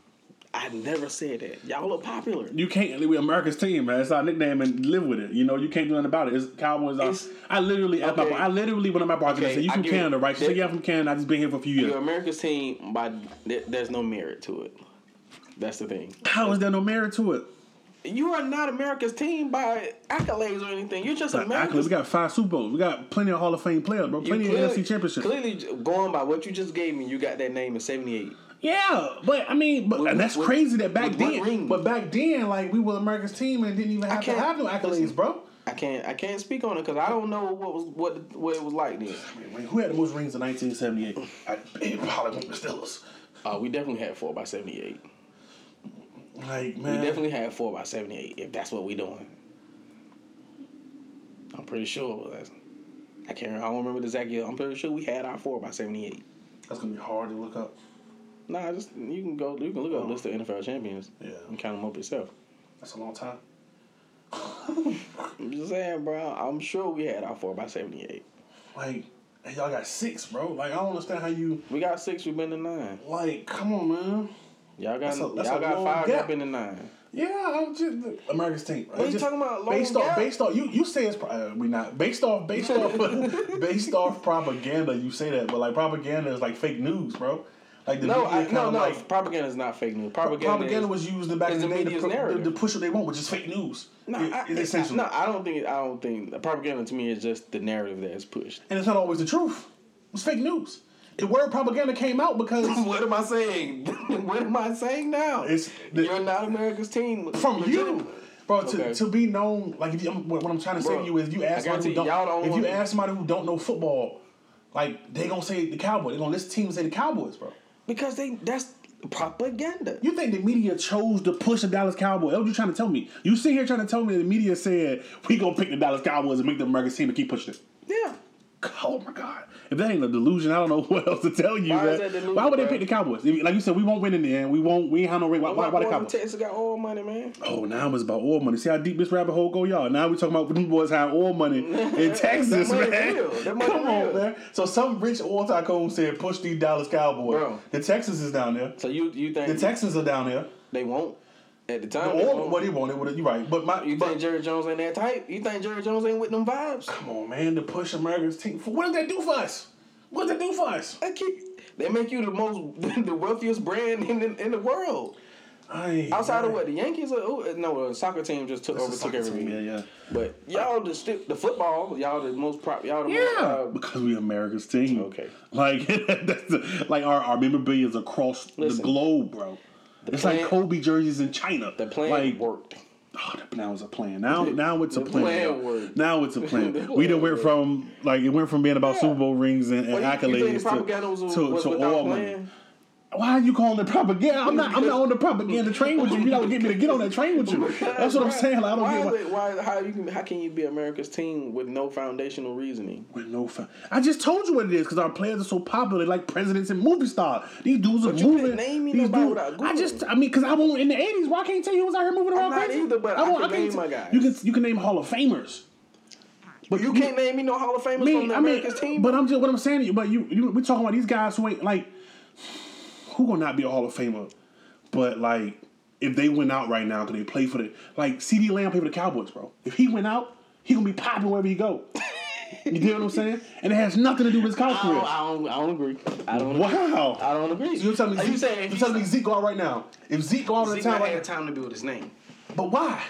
I never said that. Y'all are popular. You can't we America's team, man. It's our nickname and live with it. You know you can't do nothing about it. It's Cowboys. Are, It's- I literally at my okay. I literally went on my bartender and Okay, said you I from give you- Canada, right? She said yeah, I'm from Canada. I just been here for a few Your years. America's team, by th- there's no merit to it. That's the thing. How is there no merit to it? You are not America's team by accolades or anything. You're just Actually, America's we got five Super Bowls. We got plenty of Hall of Fame players, bro. You Plenty of NFC championships. Clearly, going by what you just gave me, you got that name in '78. Yeah, but I mean, but With- and that's with- crazy that back with one then, ring. but back then, like we were America's team and didn't even have to can't- have no accolades, listen. bro. I can't I can't speak on it because I don't know what was what what it was like then. Who had the most rings in 1978? I, it probably went the Steelers. Uh, we definitely had four by '78. Like We man, definitely had four by '78. If that's what we doing, I'm pretty sure. That's, I can't. I don't remember the exact year. I'm pretty sure we had our four by '78. that's gonna be hard to look up. Nah, just you can go. You can Oh. look up a list of NFL champions Yeah. and count them up yourself. That's a long time. I'm just saying, bro. I'm sure we had our four by '78. Like and y'all got six, bro. Like I don't understand how you We got six. We've been to nine. like. Come on, man. Y'all got That's a- that's y'all a got long five gap. up in the nine. Yeah, I'm just America's team. Right? What you Just talking about, long Based gap? off, based off, you you say it's pro- uh, we not based off, based off, *laughs* based off propaganda. You say that, but like propaganda is like fake news, bro. Like the No, media I, kind no, of no. like propaganda is not fake news. Propaganda, propaganda, is, was used in back in is the the day to, media's pu- to, narrative. to push what they want, which is fake news. No, It- I, it's essentially, no, I don't think. I don't think propaganda to me is just the narrative that is pushed. and it's not always the truth. It's fake news. The word propaganda came out *laughs* because *laughs* What am I saying? *laughs* what am I saying now? It's the- You're not America's team. from you, bro. To, Okay. to be known, like if you, I'm- what what I'm trying to say Bro, to you is, if you ask I somebody who guarantee don't, y'all don't if you wanna- ask somebody who don't know football, like they gonna say the Cowboys. They gonna list teams say the Cowboys, bro. because they that's propaganda. You think the media chose to push the Dallas Cowboys? That's what you trying to tell me. You sit here trying to tell me the media said we gonna pick the Dallas Cowboys and make the American team and keep pushing it. *laughs* yeah, Oh my God! If that ain't a delusion, I don't know *laughs* what else to tell you. Why is man. that delusion, why would they bro? pick the Cowboys? If- like you said, we won't win in the end. We won't. We ain't have no ring. Why, why, why the Boys from Cowboys? Texas got all money, man. Oh, now it's about oil money. See how deep this rabbit hole go, y'all. Now we talking about them boys having oil *laughs* money in Texas, money man. real. That money Come on, real. man. So some rich oil tycoon said, "Push these Dallas Cowboys." Bro. The Texans is down there. So you you think The Texans are down there. they won't at the time? they Or won't. what he wanted, what you right? But my, you but think Jerry Jones ain't that type? You think Jerry Jones ain't with them vibes? come on, man, to push America's team. For, what does that do for us? What does that do for us? They keep- they make you the most *laughs* the wealthiest brand in the, in the world. Ay, Outside of man. what the Yankees or who, no the soccer team just took It's a over took soccer everything. team, Yeah, yeah. But y'all the sti- the football y'all the most prop y'all the most. Yeah, Uh, because we America's team. Okay. Like *laughs* that's the, like our our memorabilia is across the Listen. globe, bro. it's like plan- Kobe jerseys in China. the plan like, worked. Oh, that- now it's a plan. Now now it's a The plan. plan worked. Now *laughs* it's a plan. The we done went plan worked. from like it went from being about Yeah. Super Bowl rings and, and Well, you- you think accolades the propaganda was- to was to, to without all money. plan? Why are you calling it propaganda? I'm not. I'm not on the propaganda train with you. You don't get me to get on that train with *laughs* you. *laughs* That's what I'm saying. Like, I don't why get is why- it, why how you can how can you be America's team with no foundational reasoning? With no fa- I just told you what it is because our players are so popular, like presidents and movie stars. These dudes are But you moving. couldn't name me these nobody dudes, without I just, Googling. I mean, because I won't in the eighties. Why can't tell you who was out here moving around? not crazy? either, but I won't- can can't name t- my guys. You can you can name Hall of Famers, but You can't name me no Hall of I Famers mean, from the I America's mean, team. but I'm just what I'm saying. to you, But you, you we talking about these guys who ain't like who gonna not be a Hall of Famer, but like if they went out right now, could they play for the like CD Lamb played for the Cowboys, bro? If he went out, he gonna be popping wherever he *laughs* go. you know what I'm saying? And it has nothing to do with his college Oh, I don't, career. I don't I don't agree. I don't agree. Wow. I don't agree. So you're telling me Are Zeke, you saying you're telling me Zeke go out right now. If Zeke go out Zeke of town not right had now, time to build his name? but why?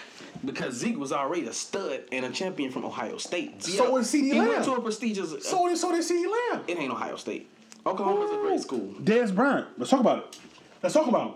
Because Zeke was already a stud and a champion from Ohio State. So was CeeDee He Lamb. went to a prestigious. uh, So did so did CD Lamb. it ain't Ohio State. Oklahoma's a great school. Dez Bryant. Let's talk about it. Let's talk about him.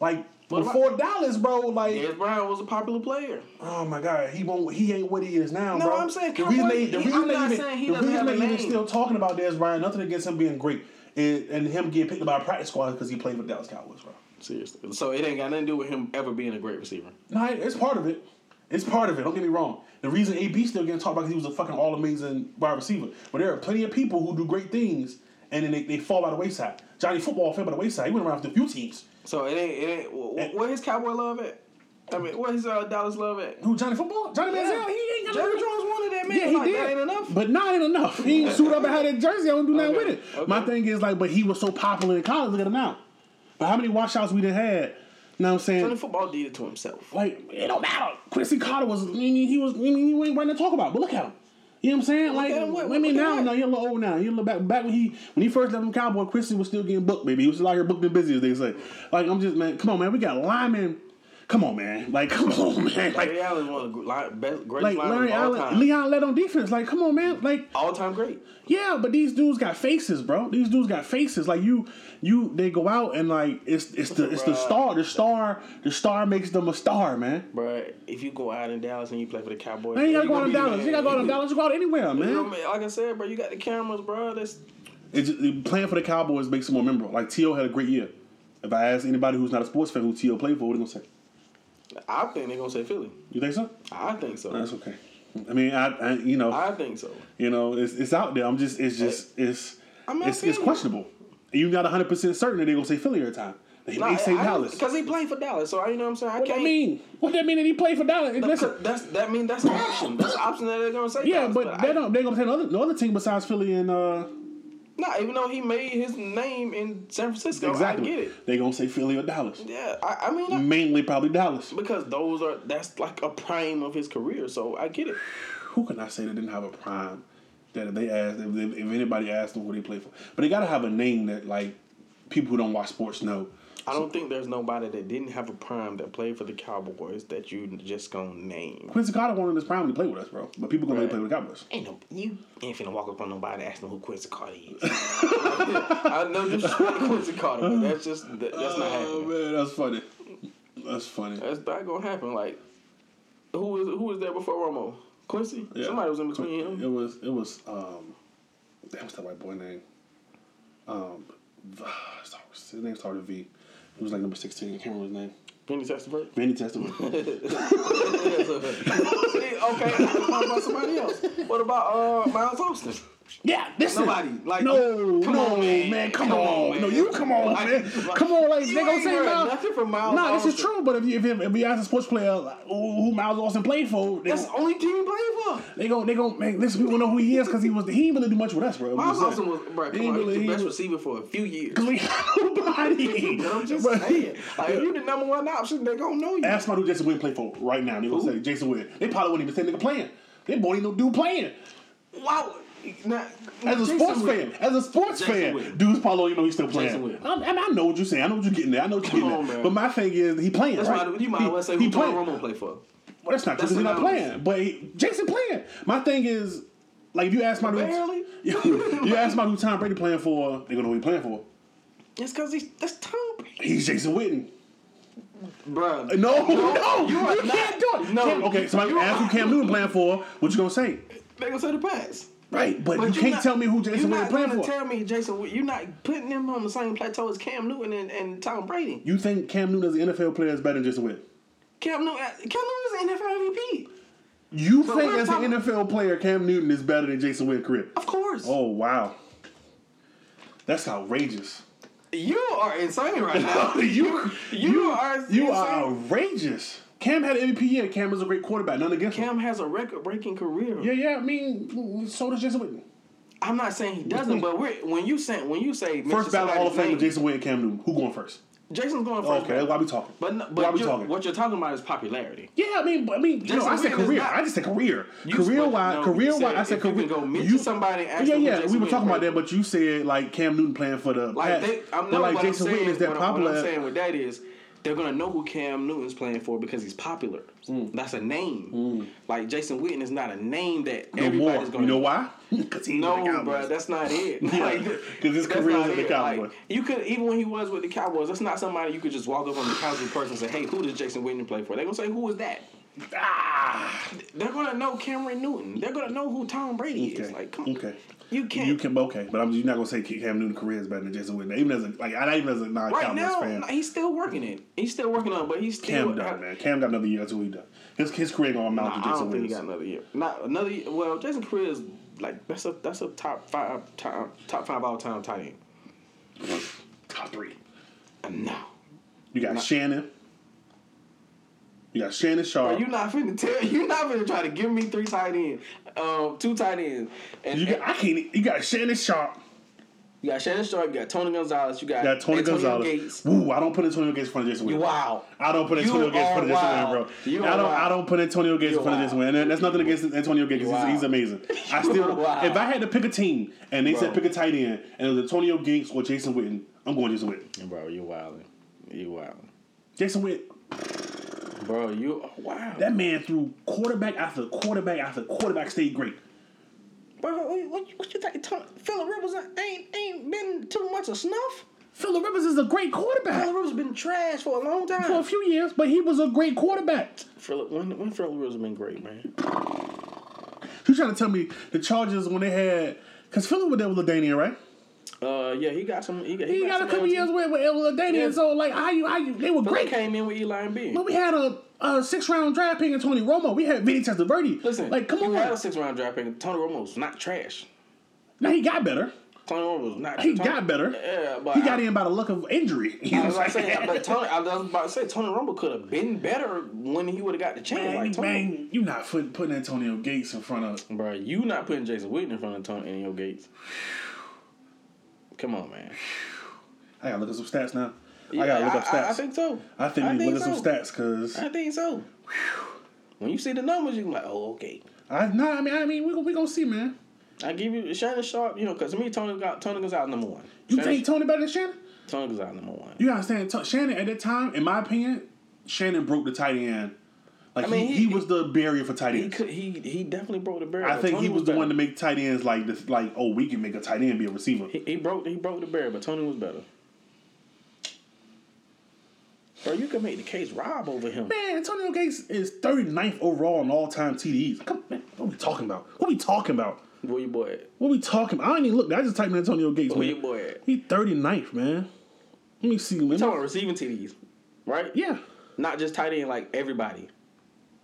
Like What With about- four dollars, bro, like Des Bryant was a popular player. Oh my God, he won't. He ain't what he is now, No, bro. I'm saying the Cowboy- reason they, the he- reason I'm they not even, saying he the doesn't reason have they a even name. still talking about Dez Bryant, nothing against him being great, and, and him getting picked up by a practice squad because he played for the Dallas Cowboys, bro. Seriously. So it ain't got nothing to do with him ever being a great receiver. No, it- it's part of it. It's part of it. Don't get me wrong. The reason AB still getting talked about because he was a fucking all amazing wide receiver, but there are plenty of people who do great things and then they, they fall by the wayside. Johnny Football fell by the wayside. He went around to a few teams. So it ain't. It ain't. What, what his cowboy love at? I mean, what his uh, Dallas love at? Who Johnny Football? Johnny Manziel. He ain't got Jerry no. Jones wanted that man. Yeah, he like, did. That ain't enough. But not ain't enough. He ain't suit up and had that jersey. I don't do nothing Okay, with it. okay. My thing is like, but he was so popular in college. Look at him now. But how many washouts we done had? You know what I'm Johnny saying? football did it to himself. Like it don't matter. Quincy Carter was I mean, he was I mean, he wasn't right to talk about. But look at him. You know what I'm saying? Like at him, what- I mean look at now, what? now you're a little old now. You're a little back back when he when he first left him Cowboy, Quincy was still getting booked, baby. He was still out here booked and busy as they say. Like I'm just man, come on man, we got linemen. Come on man, like *laughs* come on man, Larry like Allen one of the gr- line, best, like greatest Larry linemen of all Allen, time. Leon led on defense. Like come on man, like all time great. yeah, but these dudes got faces, bro. These dudes got faces. Like you, you they go out and like it's it's the it's the Bruh. star. The star the star makes them a star, man. But if you go out in Dallas and you play for the Cowboys, Man, you gotta you go out gonna to be the Dallas. man. You gotta go out to Dallas. You go out anywhere, You know man. what I mean? Like I said, bro, you got the cameras, bro. That's It's just, it- playing for the Cowboys makes it more memorable. Like T.O. had a great year. If I ask anybody who's not a sports fan who T.O. played for, what are they gonna say? I think they're gonna say Philly. You think so? I think so. That's okay. I mean, I, I you know I think so. you know it's it's out there. I'm just it's just it's I'm not it's, it's saying- questionable. You're not 100 percent certain that they're gonna say Philly every time. They, they say Dallas. because he played for Dallas. So I, you know what I'm saying. I What can't that mean? What that mean that he played for Dallas? Listen, That's, that's that mean that's an option. That's an option that they're gonna say. yeah, Dallas, but they I- don't. They gonna play no other, no other team besides Philly and uh, Nah, even though he made his name in San Francisco, exactly. I get it. They gonna say Philly or Dallas. Yeah, I, I mean, I, Mainly probably Dallas. because those are that's like a prime of his career, so I get it. Who can I say that didn't have a prime? That if they asked if, if, if anybody asked them who they play for, but they gotta have a name that like people who don't watch sports know. I don't think there's nobody that didn't have a prime that played for the Cowboys that you just gonna name. Quincy Carter wanted his prime to play with us, bro. But people gonna let him Right. play with the Cowboys. Ain't no you ain't finna walk up on nobody asking who Quincy Carter *laughs* is. I know this is Quincy Carter, but that's just that, that's not Oh happening. man, that's funny. That's funny. That's not gonna happen. Like who was who was there before Romo? Quincy? Yeah. Somebody was in between him. It was it was um damn what's that white boy name? Um *sighs* v- his name started with V. He was like number sixteen, I can't remember his name. Benny *laughs* Testaverde. Randy *laughs* Testament. uh, See, okay, what about somebody else? What about uh, Miles Austin? yeah, listen. Nobody, like, no, come no, on, man. man. come, Come on, on, man. no, you come on, Like- man, like, come on, like you they gonna ain't say heard Miles. nothing from Miles Nah, this is Austin. true. But if you if, you- if you ask a sports player like, who who Miles Austin played for, they That's the gon- only team he played for. they gon' they gon' man, listen, people know who he is because he was he ain't really do much with us, bro. I'm Miles just Austin saying. was, bro, He ain't come on, he was really- the he best ain't- receiver for a few years. Cause we got *laughs* nobody. *laughs* But I'm just But- saying, like, if you the number one option, they gonna know you. Ask somebody who Jason Wynn played for right now. They gonna say Jason Wynn. They probably wouldn't even say nigga playing. They won't even know dude playing. Wow. Now, As a Jason sports Witten. fan, as a sports Jason fan, Witten. dudes probably don't even know he's still Jason playing. Witten. I, I, mean, I know what you're saying. I know what you're getting at. I know what you're getting Come on, at. man. But my thing is, he playing. That's right? why you might He- as well say he who Tony playing. Romo played for. Well, that's not true That's because he's not playing. synonymous. But he, Jason playing. My thing is, like, if you ask my *laughs* Barely. you ask my who Tom Brady playing for, they gonna know who he playing for. It's because he's that's Tom Brady, He's Jason Witten. bro. No, no, you, you are can't not- do it. no, Cam- okay, somebody you ask who are- Cam Newton playing for. What you gonna say? They gonna say the pass. Right, but, you you're can't not- tell me who Jason you're Witten not playing gonna for. Tell me, Jason, you're not putting him on the same plateau as Cam Newton and, and Tom Brady. you think Cam Newton as an NFL player is better than Jason Witten? Cam Newton, uh, Cam Newton is an NFL MVP, You But think we're as an talking- NFL player, Cam Newton is better than Jason Witten career? of course. Oh wow, that's outrageous. *laughs* You are insane right now. you you are you insane. are outrageous. Cam had an MVP year. Cam is a great quarterback. None against him. Cam has a record-breaking career. Yeah, yeah. I mean, so does Jason Witten. I'm not saying he doesn't, but we're, when you say when you say First mention battle Hall of somebody's Fame with name, Jason Witten and Cam Newton. Who going first? Jason's going first. Okay, that's why we talking. But no, why but we you're, talking? what you're talking about is popularity. Yeah, I mean, but- I mean, you Jason know, I said Witten is career. not- I just said career. You- Career no, wise, you career wise, said I said if you career. can go mention somebody and ask yeah, them who yeah, Jason we were Witten talking about played that, but you said like Cam Newton playing for the Like Pats, they, I'm but not like what Jason I'm Witten saying, is that what I'm- popular. What I'm saying with that is they're gonna know who Cam Newton's playing for because he's popular. That's a name. Like Jason Witten is not a name that No more. everybody's You gonna know why? Because he was a *laughs* No, Cowboys. bro, that's not *laughs* it. Yeah, Like, 'cause his that's career not was the it. Cowboys. you could even when he was with the Cowboys, that's not somebody you could just walk up on the couch with a person and say, "Hey, who does Jason Witten play for?" They're gonna say, "Who is that?" Ah! They're gonna know Cameron Newton. They're gonna know who Tom Brady is. Okay. Like, come on. okay. You can't. You can okay, but I'm you're not gonna say Cam Newton's career is better than Jason Witten. Even as a like, I even as a non Right Cowboys now, fan, he's still working it. He's still working on, it, but he's still. Cam done man. Cam got another year. That's what he done. His his career gonna amount Nah, to I don't Jason think he got Witten. another year. Not another. Year. Well, Jason Career is like that's a that's a top five time top five all time tight end. Top three. Uh, No, You got Shannon. You got Shannon Sharp. Bro, you not finna tell *laughs* you not finna try to give me three tight ends, um, two tight ends, and You got I can't. e, You got Shannon Sharp. you got Shannon Sharp, you got Tony Gonzalez, you got, You got Tony Antonio Gonzalez. Gates. Woo! I don't put Antonio Gates in front of Jason You Witten. wow. I don't put Antonio You Gates in front of Jason are Witten, bro. wild. You I are don't. I wild. don't put Antonio Gates You're in front of wild. Jason Witten. And that's nothing against Antonio Gates. He's, You're he's wild. *laughs* amazing. I still. You're wild. If I had to pick a team and they said Bro. pick a tight end and it was Antonio Gates or Jason Witten, I'm going Jason Witten. Bro, you wilding. You wilding. Jason Witten. Bro, you are wild. That man threw quarterback after quarterback after quarterback. Stayed great. bro, what, what, what you think? Tony, Phillip Rivers ain't ain't been too much of snuff. Phillip Rivers is a great quarterback Phillip Rivers been trash for a long time. for a few years, but he was a great quarterback. Phillip, when when Phillip Rivers been great, man? You trying to tell me the Chargers when they had because Philip was there with Ladanian, right? Uh, yeah, he got some. He got, He got a some couple LT. years with with Ladanian, Yeah. so like how you how you they were Phillip great. came in with Eli and Big. But we had a, a six round draft pick in Tony Romo. We had Vinny Testaverde. Listen, like come on, You had a now. six round draft pick. Tony Romo's not trash. now he got better. Tony Romo's not. He Tony- got better. Yeah, but He got I, in by the luck of injury. You know I was what like I'm *laughs* saying, saying? but Tony, I was about to say Tony Romo could have been better when he would have got the chance. Man, like Tony, man, you not put- putting Antonio Gates in front of bro, you not putting Jason Witten in front of Tony and your Gates. Come on, man. I gotta look at some stats now. Yeah, I gotta look up stats. I, I think so. I think we look at some so. stats because I think so. When you see the numbers, you can like, oh, okay. I no, I mean, I mean, we gon- we gonna see, man. I give you Shannon Sharp, you know, because to me, Tony got Tony Gonzalez number one. You Shannon- think Tony better than Shannon? Tony Gonzalez number one. You understand? T- Shannon at that time, in my opinion, Shannon broke the tight end. Like I mean, he, he, he- was the barrier for tight He ends. could, he he definitely broke the barrier. I but think Tony he was the better. one to make tight ends like this, like oh we can make a tight end be a receiver. He, he broke he broke the barrier, but Tony was better. Bro, you can make the case Rob over him. Man, Antonio Gates is 39th overall in all time TDs. Come, man, what we talking about? What we talking about? Where your boy at? What we talking about? I didn't even look. I just typed in Antonio Gates. Where man. your boy at? He 39th, man. Let me see. You talking Man. about receiving TDs, right? Yeah. Not just tight end, like everybody.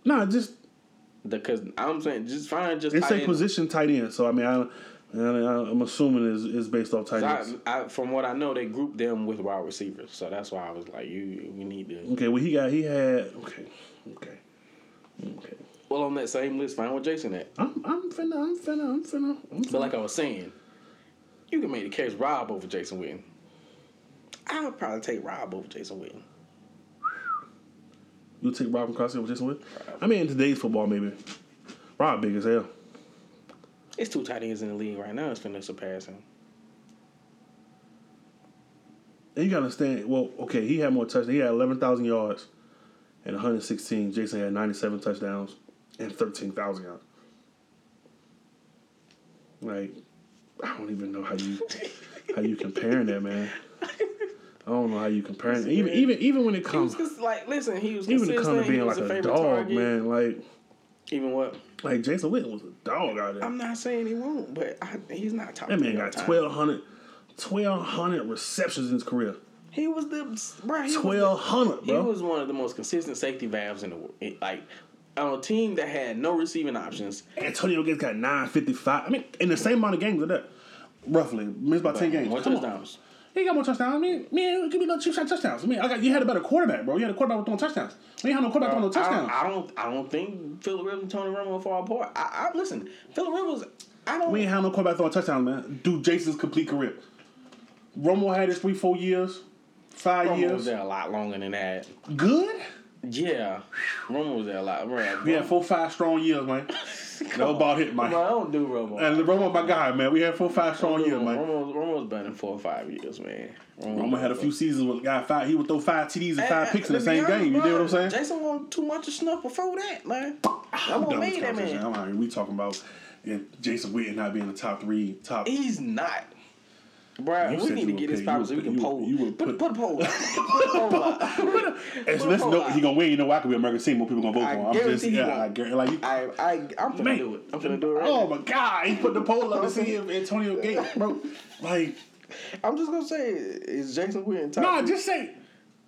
Nah, just Because I'm saying, just find just It's tight a end. position tight end, so I mean, I, I mean, I- I'm assuming is is based off tight ends. I, I, from what I know, they grouped them with wide receivers, so that's why I was like, you we need to. Okay, well he got he had okay, okay, okay. Well, on that same list, find what Jason at. I'm I'm finna I'm finna I'm finna. I'm But finna. like I was saying, you can make the case Rob over Jason Witten. I would probably take Rob over Jason Witten. You take Robin Crosby over Jason Witt? I mean, in today's football, maybe. Rob big as hell. It's two tight ends in the league right now. It's finna surpass him. And you gotta understand. Well, okay, he had more touchdowns. He had 11,000 yards and 116. Jason had 97 touchdowns and 13,000 yards. Like, I don't even know how you how you comparing that, man. I don't know how you comparing. Even even even when it He was comes just like, listen, he was even when consistent. it comes to he being was like a a favorite dog, target. man. Like Even what? like Jason Witten was a dog out there. I'm not saying he won't, but I, he's not top. That man three all got time. 1,200, 1,200 receptions in his career. He was the bro. He was the- 1,200, He bro. was one of the most consistent safety valves in the world. It- Like on a team that had no receiving options. Antonio Gates got 955. I mean, in the same amount of games with that. Roughly. Missed about 10 games. One Come on. touchdowns. He got more touchdowns. I mean, man, give me no cheap shot touchdowns. I mean, I got, you had a better quarterback, bro. You had a quarterback with throwing touchdowns. We ain't had no quarterback I, throwing no touchdowns. I don't. I don't think Phillip Rivers and Tony Romo fall apart. I, I listen. Phillip Rivers. I don't. we ain't had no quarterback throwing touchdowns, man. Do Jason's complete career. Romo had his three, four years, five Romo was years. there a lot longer than that. Good? Yeah, Romo was there a lot, bro. We had four, five strong years, *laughs* man. that was about it, Bro, man. I don't do Romo. And Romo, my guy, man. We had four, five strong years, Romo, man. Romo's, Romo's been in four or five years, man. Romo had a few seasons with guy five. He would throw five TDs and Hey, five hey, picks in the to be same honest, game. You bro, know what I'm saying? Jason won too much of snuff before that, man. I I'm won't done with made this that conversation. man. I'm out here. We talking about yeah, Jason Witten not being the top three, top. He's not. Bro, You we said need you to would get this pay- power so you we would can pay- you poll. would- you would put- Put put a *laughs* poll. out. Put a poll. out. Put As a let's poll know out. he gonna win. You know why? I could be American team. More people gonna vote I for him. I'm just guarantee he yeah. won't. I guarantee. Like you, I I I'm gonna Man. do it. I'm gonna do it right oh now. my god, he put the poll up to see if Antonio Gates, bro. Like, I'm just gonna say is Jason Witten top. nah, three? just say,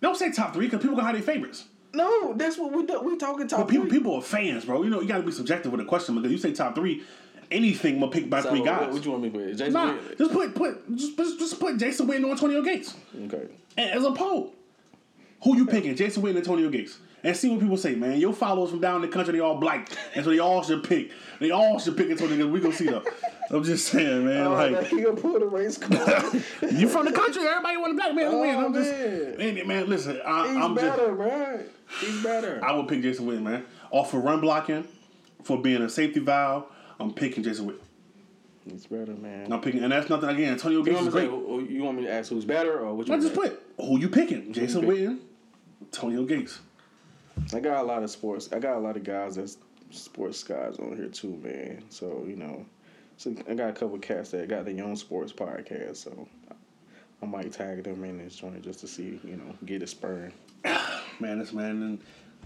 don't say top three because people gonna have their favorites. no, that's what we do. We talking top But people, three. people are fans, bro. You know, you gotta be subjective with a question because you say top three, anything will pick by So, three what- guys. What, you want me to put? Jason nah, Witten. just put put just, just just put Jason Witten or Antonio Gates Okay. a- as a poll. Who you picking, Jason Witten, or Antonio Gates? And see what people say, man. Your followers from down in the country, they all black, and so they all should pick. They all should pick Antonio Gates. We gonna see though. I'm just saying, man. Oh, like, man, he gonna pull the race card. *laughs* You from the country? Everybody want a black man to Oh, win. I'm just man. man, man. Listen, I, He's I'm just. better, bro. He's better. I would pick Jason Witten, man. Off for run blocking, for being a safety valve. I'm picking Jason Witten. He's better, man. I'm picking, and that's nothing again. Antonio You Gates want, is me to say, great. who- who- you want me to ask who's better or what you I just want put who you picking? Jason pick? Witten, Antonio Gates. to say? I got a lot of sports. I got a lot of guys that's sports guys on here too, man. So you know, so I got a couple cats that got their own sports podcast. So I might tag them in this joint just to see, you know, get a spurn. Man, this man and.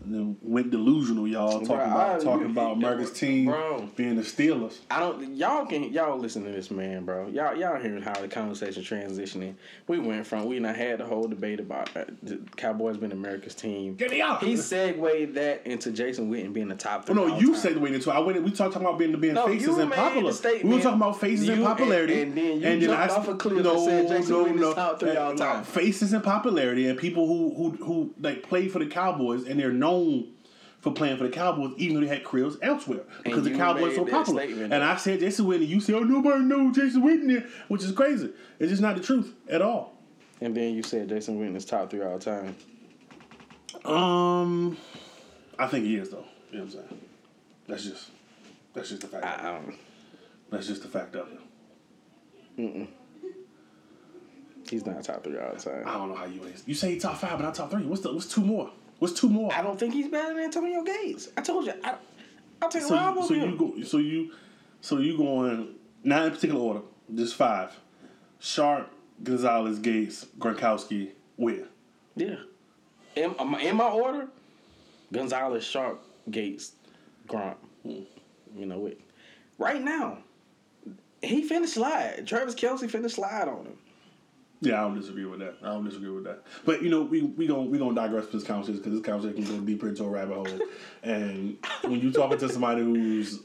Then went delusional, y'all. Talking Bruh, about I- talking about America's team Bro. being the Steelers. I don't. Y'all can. Y'all listen to this man, bro. Y'all y'all hearing how the conversation transitioning. We went from we done had the whole debate about uh, the Cowboys being America's team. Get me out. He segued that into Jason Witten being the top three. Well, Oh, no, all you time. said the way into. it. I went. We talked about being being No, faces you and made popular. the statement. We were talking about faces and You- popularity, and- and then you jumped off a cliff and said Jason Witten is top three all Uh, time. Faces and popularity, and people who who who like play for the Cowboys, and they're known for playing for the Cowboys, even though they had careers elsewhere because the you Cowboys made so that popular. statement. And I said Jason Witten, and you said, "Oh, nobody knows Jason Witten," here," which is crazy. It's just not the truth at all. And then you said Jason Witten is top three all time. Um, I think he is though. You know what I'm saying? That's just that's just the fact. I, I don't. That's just the fact of it. He's not top three all I time. don't know how you is. You say top five, but not top three. What's the what's two more? What's two more? I don't think he's better than Antonio Gates. I told you. I, I'll take a so Rob you, over so him. you go so you so you going not in particular order, just five. Sharp, Gonzalez, Gates, Gronkowski, Witten. Yeah. In, am I- in my order, Gonzalez, Sharp, Gates, Gronk. Hmm. You know it. Right now, he finished slide. Travis Kelsey finished slide on him. Yeah, I don't disagree with that. I don't disagree with that. But you know, we we gonna we gonna digress from this conversation because this conversation can go deeper into a rabbit hole. and when you talking to somebody who's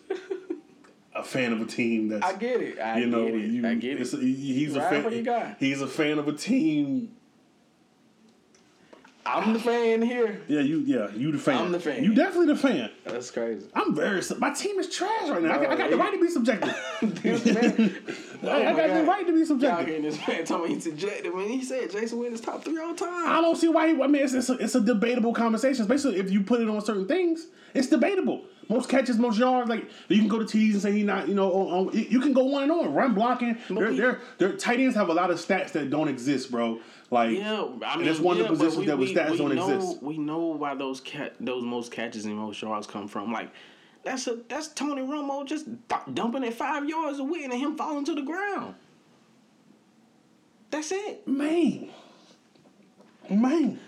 a fan of a team that's I get it. I you know, get it. you, I get it's- it. he's a Ride for fan. your guy. He's a fan of a team I'm the fan here. Yeah, you. Yeah, you the fan. I'm the fan. You definitely the fan. That's crazy. I'm very. sub- My team is trash right now. I, got- I got the Bro, right to be *laughs* subjective. This *laughs* man, I, I Oh my got the God. right to be y'all subjective. hearing this man talking about he's ejected when he said Jason Witten is top three all I time. don't see why. He, I mean, it's, it's, a, it's a debatable conversation, especially if you put it on certain things. It's debatable. Most catches, most yards, like you can go to TDs and say he not. You know, on, on, you you can go on and on. Run blocking. Their we- their their tight ends have a lot of stats that don't exist, bro. Like Yeah, I and mean, that's one yeah, of but the positions we- that was we- stats we don't know, exist. We know why those cat those most catches and most yards come from. Like that's a that's Tony Romo just d- dumping it five yards away and him falling to the ground. That's it, Man, man.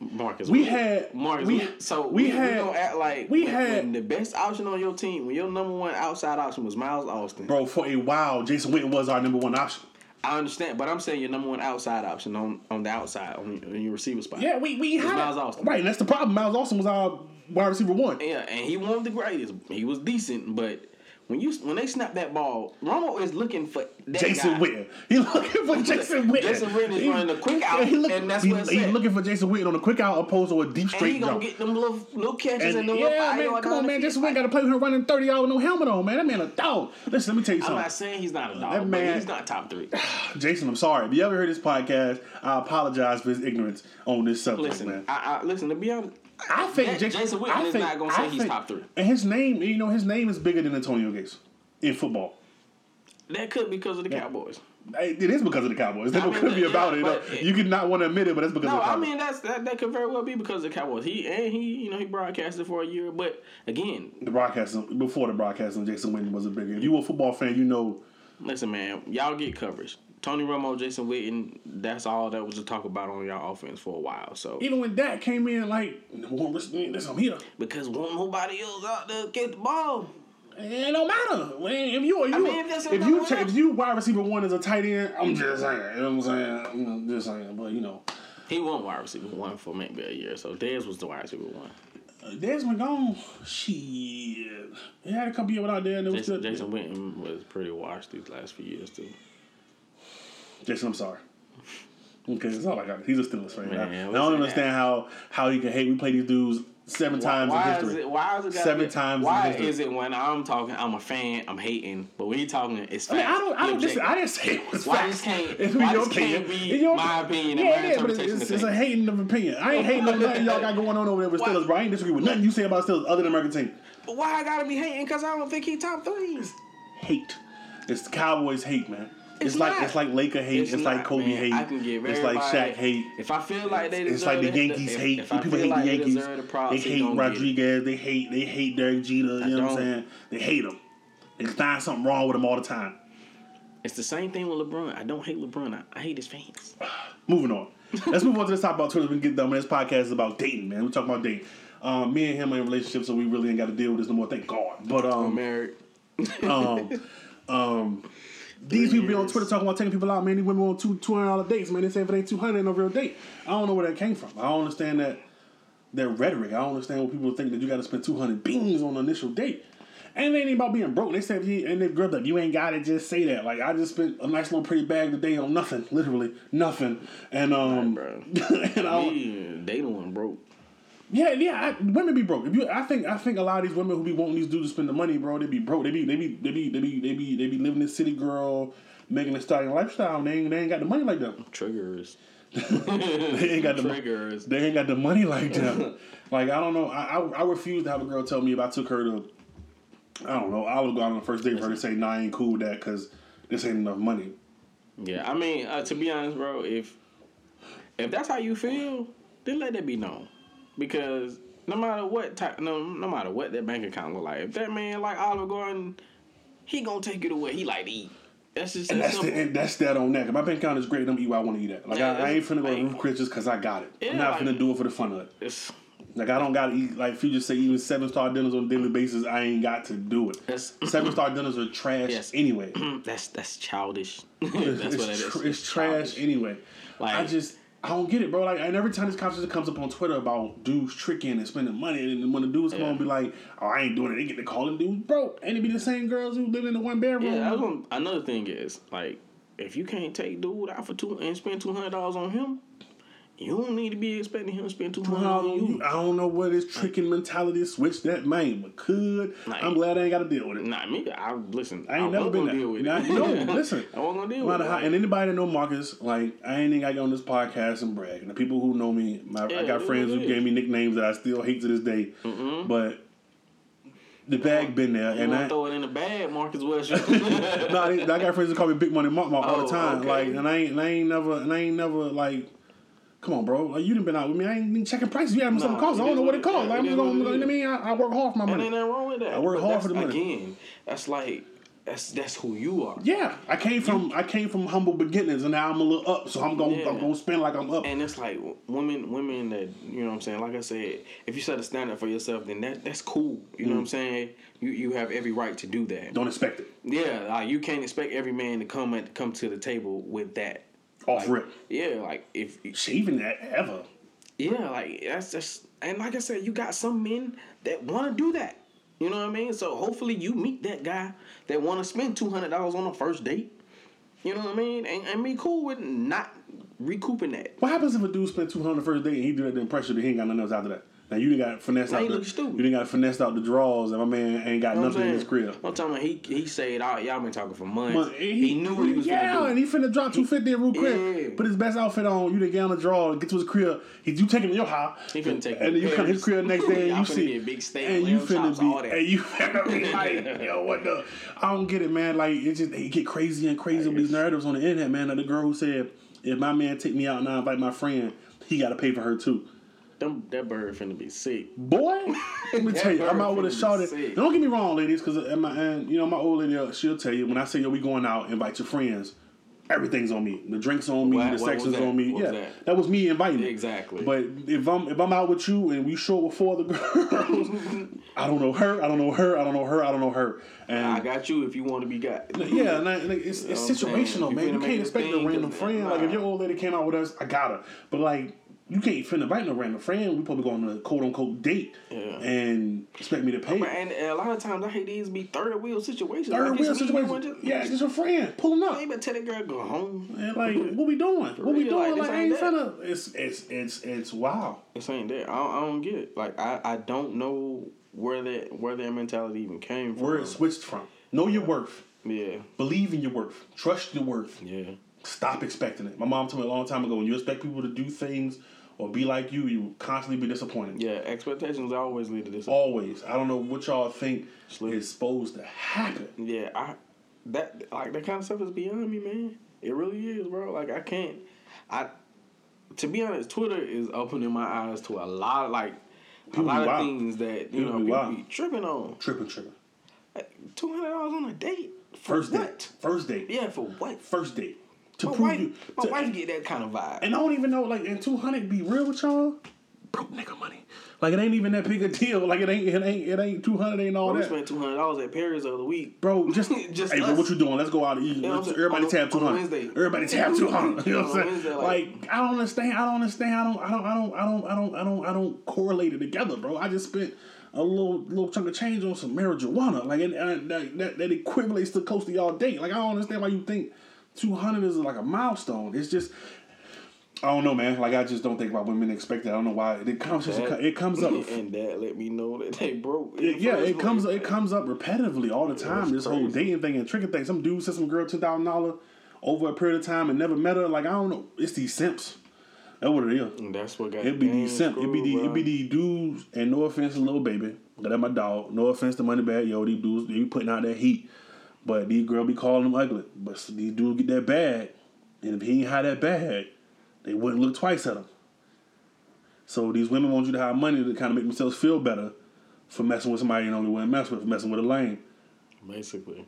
Marcus. We had Marcus. we, We, so we, we, had we gonna act like we when- had- when the best option on your team when your number one outside option was Miles Austin. bro for a while. Jason Witten was our number one option. I understand, but I'm saying your number one outside option on on the outside on, on your receiver spot. Yeah, we we had Miles Austin. right. That's the problem. Miles Austin was our wide receiver one. Yeah, and he wasn't the greatest. He was decent, but when you when they snap that ball, Romo is looking for that Jason guy. Witten. He looking for Jason Witten. Jason Witten is running a quick out, and that's he, where it's he at. looking for Jason Witten on a quick out opposed to a deep And straight he gonna jump. get them little little catches And, and, them little yeah, five man, come yard down on, the man. field. Jason Witten got to play with him running thirty yard with no helmet on, man. That man a dog. Listen, let me tell you I'm something. not saying he's not a dog, That but man- he's not *laughs* top three. Jason, I'm sorry. If you ever heard this podcast, I apologize for his ignorance on this subject, Listen, man. I, I listen to be honest. I think Jason, Jason Witten I is think- not gonna say I he's think- top three. And his name, you know, his name is bigger than Antonio Gates in football. That could be because of the Cowboys. It is because of the Cowboys. That's I what mean, could be yeah, about it. but though. it- you could not want to admit it, but that's because No, of the I Cowboys. mean that's that, that could very well be because of the Cowboys. He and he, you know, he broadcasted for a year, but again, the broadcasting before the broadcasting, Jason Witten was a bigger. If you were a football fan, you know listen, man, y'all get coverage. Tony Romo, Jason Witten, that's all that was to talk about on y'all offense for a while. So even when Dak came in, like "Well, listen, this I'm here. because won't nobody else out there get the ball. It don't matter. Well, If you, if you, mean, if, if that's you, another ta- one. if you wide receiver one as a tight end, I'm just saying. You know what I'm saying? I'm just saying. But you know, He won wide receiver one for maybe a year, so Dez was the wide receiver one. Desmond gone. Shit, he had a couple years without there, and it was Jason, still Jason Witten was pretty washed these last few years too. Jason, I'm sorry. Okay, that's all I got. He's a Steelers fan. I- Man, I, what's don't that? understand how how you can hate. We play these dudes seven times why in history. Is it, why is it gotta Seven be- times Why in history. is it when I'm talking, I'm a fan, I'm hating, but when you talking, it's I mean, facts. I don't. I you don't. Dis- objective. I didn't say it was Why facts. this *laughs* can't- It's why your this can't opinion. be It's your- my opinion and Yeah, my it is, but it's, interpretation it's, of it's a things. hating of opinion. I ain't hating on nothing y'all *laughs* got going on over there with Why- Steelers, bro. I ain't disagree with nothing you say about Steelers other than American team. But why I gotta be hating? Cause I don't think he top threes. Hate. It's the Cowboys hate, man. It's, It's like not. it's like Laker hate. It's, like not, Kobe man. hate. I can give it's like everybody- Shaq hate. If I feel like they It's deserve like the it, Yankees if- hate. if I People feel hate like the they Yankees. deserve the props, They he hate gonna get it. Rodriguez. They hate they hate Derek Jeter. You know what I'm don't. saying? They hate him. They find something wrong with him all the time. It's the same thing with LeBron. I don't hate LeBron. I, I hate his fans. Moving on. *laughs* Let's move on to this topic about Twitter. We can get done. Man, this podcast is about dating, man. We're talking about dating. Um, me and him are in relationships, so we really ain't got to deal with this no more. Thank God. But um, married. um, um, these people be on Twitter talking about taking people out. Man, these women on two two hundred dollar dates. Man, they say if it ain't two hundred, ain't no real date. I don't know where that came from. I don't understand that that rhetoric. I don't understand what people think that you got to spend two hundred beans on an initial date. And it ain't about being broke. They said, if you, and the girl like, you ain't got to just say that. Like, I just spent a nice little pretty bag today on nothing, literally nothing. And um, bro. *laughs* and I, don't- Yeah, they the one broke. yeah, yeah. I, women be broke. If you, I think, I think a lot of these women who be wanting these dudes to spend the money, bro, they be broke. They be, they be, they be, they be, they be, they be living this city girl, making a starting lifestyle. And they ain't, they ain't got the money like *laughs* them. Triggers. They ain't got the money. Triggers. They ain't got the money like *laughs* them. like I don't know. I, I I refuse to have a girl tell me if I took her to, I don't know. I would go out on the first date for her to say, "Nah, I ain't cool with that because this ain't enough money." Yeah, I mean, uh, to be honest, bro, if if that's how you feel, then let that be known, because no matter what type, no, no matter what that bank account look like, if that man like Oliver Gordon, he gonna take you to where he like to eat. That's just And that that's the, simple. and that's that on that. If my bank account is great. I'm eat what I want to eat at. Like Yeah, I, I ain't that's- finna go to like- Ruth Chris just because I got it. I'm Yeah, not like- finna do it for the fun of it. It's, Like I don't gotta eat like if you just say even seven star dinners on a daily basis, I ain't got to do it. That's- seven star dinners are trash Yes. anyway. that's that's childish. *clears throat* *laughs* that's it's, what it is. tr- it's trash anyway. Like- I just I don't get it, bro. Like and every time this conversation comes up on Twitter about dudes tricking and spending money, and then when the dudes come on and be like, "Oh, I ain't doing it," they get to calling dudes broke, and it be the same girls who live in the one bedroom. Yeah, that's what, another thing is like if you can't take dude out for two and spend two hundred dollars on him, you don't need to be expecting him to spend two hundred dollars Well, on you. you- I don't know what his tricking mentality switched that man, but could Like- I'm glad I ain't got to deal with it. Nah, me, I listen. I ain't never wasn't been gonna there. deal with Nah, it. *laughs* no, listen. I wasn't gonna deal No matter with how, it. and anybody that know Marcus, like I ain't even got to get on this podcast and brag. And the people who know me, my, I Yeah, got it friends who is. Mm-hmm. gave me nicknames that I still hate to this day. But the bag been there, you and wanna I, throw it in the bag, Marcus *laughs* Westbrook. no, they, I got friends who call me Big Money Mark Mark all the Oh, time. okay. Like, and I ain't, and I ain't never, and I ain't never like. Come on, bro. Like you done been out with me. I ain't even checking prices. You having something Nah, cost. I it don't is know what what it it- costs. yeah, Like, I'm it just is gonna, what it you know what I is. mean? I, I work hard for my and money. ain't nothing wrong with *laughs* that. I work But hard for that's- the money. Again, that's like that's that's who you are. Yeah, I came from I came from humble beginnings, and now I'm a little up. So I'm gonna Yeah. I'm gonna spend like I'm up. And it's like women, women that you know what I'm saying. Like I said, if you set a standard for yourself, then that that's cool. You know what I'm saying. You you have every right to do that. Mm. Don't expect it Yeah, like you can't expect every man to come at, come to the table with that. off rip. Yeah, like if Shit, even that ever. Yeah, like that's just and like I said, you got some men that want to do that. You know what I mean? So hopefully you meet that guy that want to spend two hundred dollars on a first date. You know what I mean? And, and be cool with not recouping that. What happens if a dude spent two hundred the first day and he do that the impression that he ain't got nothing else after that? Now you done got finessed Now out. you The, look stupid. you done got finessed out the draws, and my man ain't got You know what nothing in his crib. I'm talking about he he said all y'all been talking for months. But he, knew what he was yeah, gonna and do. he finna drop two fifty real quick. Yeah. Put his best outfit on. You done get on the draw, get to his crib. He you take him to your house. He finna take and me then you to come to his crib Paris. next day and *laughs* Y'all you finna see be a big steak, and lamb you finna chops, all be that. and you finna be like yo what the I don't get it man like it just they get crazy and crazy with these narratives on the internet man like the girl who said if my man take me out and I invite my friend he gotta pay for her too Them, that bird finna be sick. boy *laughs* let me That tell you I'm girl out with a finna be shot sick. don't get me wrong ladies because and my and you know my old lady uh, she'll tell you when I say yo we going out invite your friends everything's on me the drinks on me What- the what sex was is that? on me What yeah was that? that? was me inviting Exactly. but if I'm if I'm out with you and we show up with four other *laughs* girls, I don't know her. I don't know her. I don't know her. I don't know her. And I got you if you want to be got. yeah, and I, like, it's, it's You know what I'm saying? situational, You man. You finna make can't it a expect a thing, random cause- friend. Like if nah. your old lady came out with us, I gotta. But like you can't finna invite no random friend. We probably go on a quote unquote date Yeah. and expect me to pay. And a lot of times I hate these be third wheel situations. Third Like, wheel it's me, you situation. wanna just- Yeah, it's just a friend pulling up. They better tell that girl go home. And like, what we doing? What we real, like, doing? this Like, I ain't ain't that. finna. It's it's it's it's wow. It's ain't there. I don't, I don't get it. Like I, I don't know where that where their mentality even came from. Where it switched from. Know your worth. yeah, Believe in your worth. Trust your worth. yeah. stop expecting it. My mom told me a long time ago when you expect people to do things or be like you, you will constantly be disappointed. Yeah, expectations always lead to this. Always. I don't know what y'all think Slip. is supposed to happen. Yeah, I that like that kind of stuff is beyond me, man. It really is, bro. Like I can't. I to be honest, Twitter is opening my eyes to a lot, like People a lot be of wild. things that People you know be people wild. be tripping on. Tripping, tripping. Two hundred dollars on a date. For First what? date. First date. Yeah, for what? First date. To My prove wife, you. my to- wife get that kind of vibe. And I don't even know, like, and 200 be real with y'all? Broke nigga money. Like, it ain't even that big a deal. Like, it ain't, it ain't, it ain't 200 ain't all Bro, we that. spent two hundred dollars at Perry's the other week. Bro, *laughs* just, *laughs* Just hey, bro, us. what you doing? Let's go out and eat. know what I'm Let's- saying? everybody On- tab two on hundred. Wednesday. Everybody tab two hundred. *laughs* You know what On I'm Wednesday, saying? Like, like- I don't understand. I don't understand. I don't. I don't. I don't. I don't. I don't. I don't. I don't correlate it together, bro. I just spent a little little chunk of change on some marijuana. Like, and, and that, that that equivalates to close to y'all date. Like, I don't understand why you think two hundred is like a milestone. It's just. I don't know, man. Like I just don't think why women expect that. I don't know why the conversation That- it comes up *laughs* and that let me know that they broke. in it- the yeah, first it comes place. it comes up repetitively all the time. that's this whole crazy. dating thing and tricking thing. Some dude sent some girl two thousand dollar over a period of time and never met her. Like I don't know. It's these simps. That's what it is. And that's what got It be the game these simp. It be screwed, the it bro. be the dudes. And no offense to little baby, but that my dog. No offense to money bag. Yo, these dudes they be putting out that heat. But these girl be calling them ugly. But these dudes get that bag, and if he ain't had that bag, they wouldn't look twice at him. So these women want you to have money to kind of make themselves feel better for messing with somebody you don't really want to mess with, for messing with a lame. basically.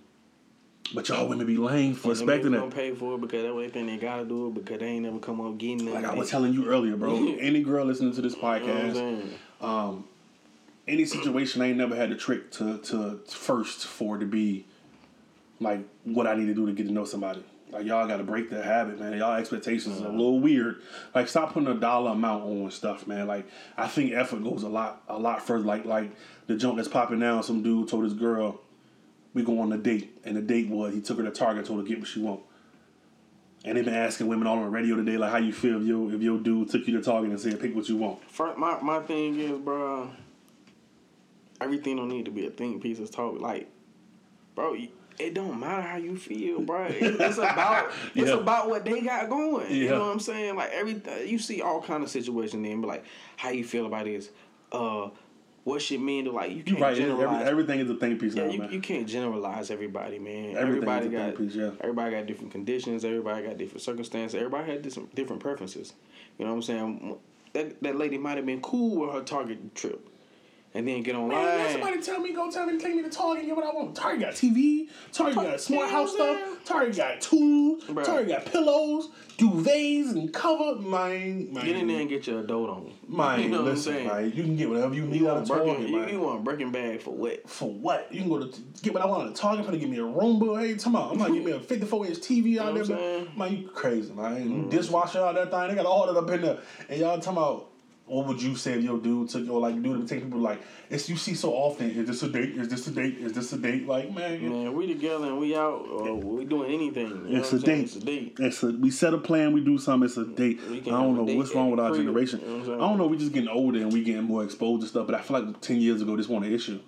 But y'all women be lame for Them niggas expecting gonna that. pay for it because that way they think they gotta do it because they ain't never come up getting Like nothing. I was telling you earlier, bro. *laughs* any girl listening to this You know what I'm podcast, saying? any situation, I ain't never had the trick to to first for it to be like what I need to do to get to know somebody. Like y'all got to break that habit, man. Y'all expectations Mm-hmm. is a little weird. Like stop putting a dollar amount on stuff, man. Like I think effort goes a lot a lot further. Like like the jump that's popping now. Some dude told his girl, "We go on a date," and the date was he took her to Target, told her get what she want. And they've been asking women all on the radio today, like how you feel if your if your dude took you to Target and said pick what you want. Fir- my my thing is, bro. Everything don't need to be a thing. Piece of talk, like, bro. you- It don't matter how you feel, bro. It- *laughs* It's about it's Yeah. about what they got going. You Yeah. know what I'm saying? Like everything you see, all kind of situations. Then, but like, how you feel about this? Uh, what should mean to like? You can't Right, every, generalize. everything is a thing piece Yeah, now, you, Oh, man. you can't generalize everybody, man. Everything's everybody a thing got piece, yeah. everybody got different conditions. Everybody got different circumstances. Everybody had different different preferences. You know what I'm saying? That that lady might have been cool with her Target trip, and then get online. Man, somebody tell me, go tell me, take me to Target and get what I want. Target got TV, Target got smart house stuff, Target got tools, Bruh. Target got pillows, duvets and cover. Mine, mine, get in there and get your adult on. mine. *laughs* you know what I'm listen, saying? mine, you can get whatever you need You out want of Birkin- Target, you, mine. you want a Birkin bag for what? For what? You can go to get what I want out of Target. I'm gonna give me a Roomba. Hey, come on, I'm gonna give me a 54 inch TV out You know there. what I'm Mm-hmm. Man, Man, you crazy, man. You Dishwasher out that thing. They got all that up in there, and y'all talking about what would you say if your dude took your like dude to take people like it's you see so often is this a date is this a date is this a date like man you- Man, we together and we out or we doing anything. you know it's what a date I'm saying? It's a date. Mm-hmm. it's a we set a plan we do something it's a date I We can don't have a know date what's at wrong the with our crib, generation you know what I'm I saying? don't know we just getting older and we getting more exposed to stuff but I feel like ten years ago this wasn't an issue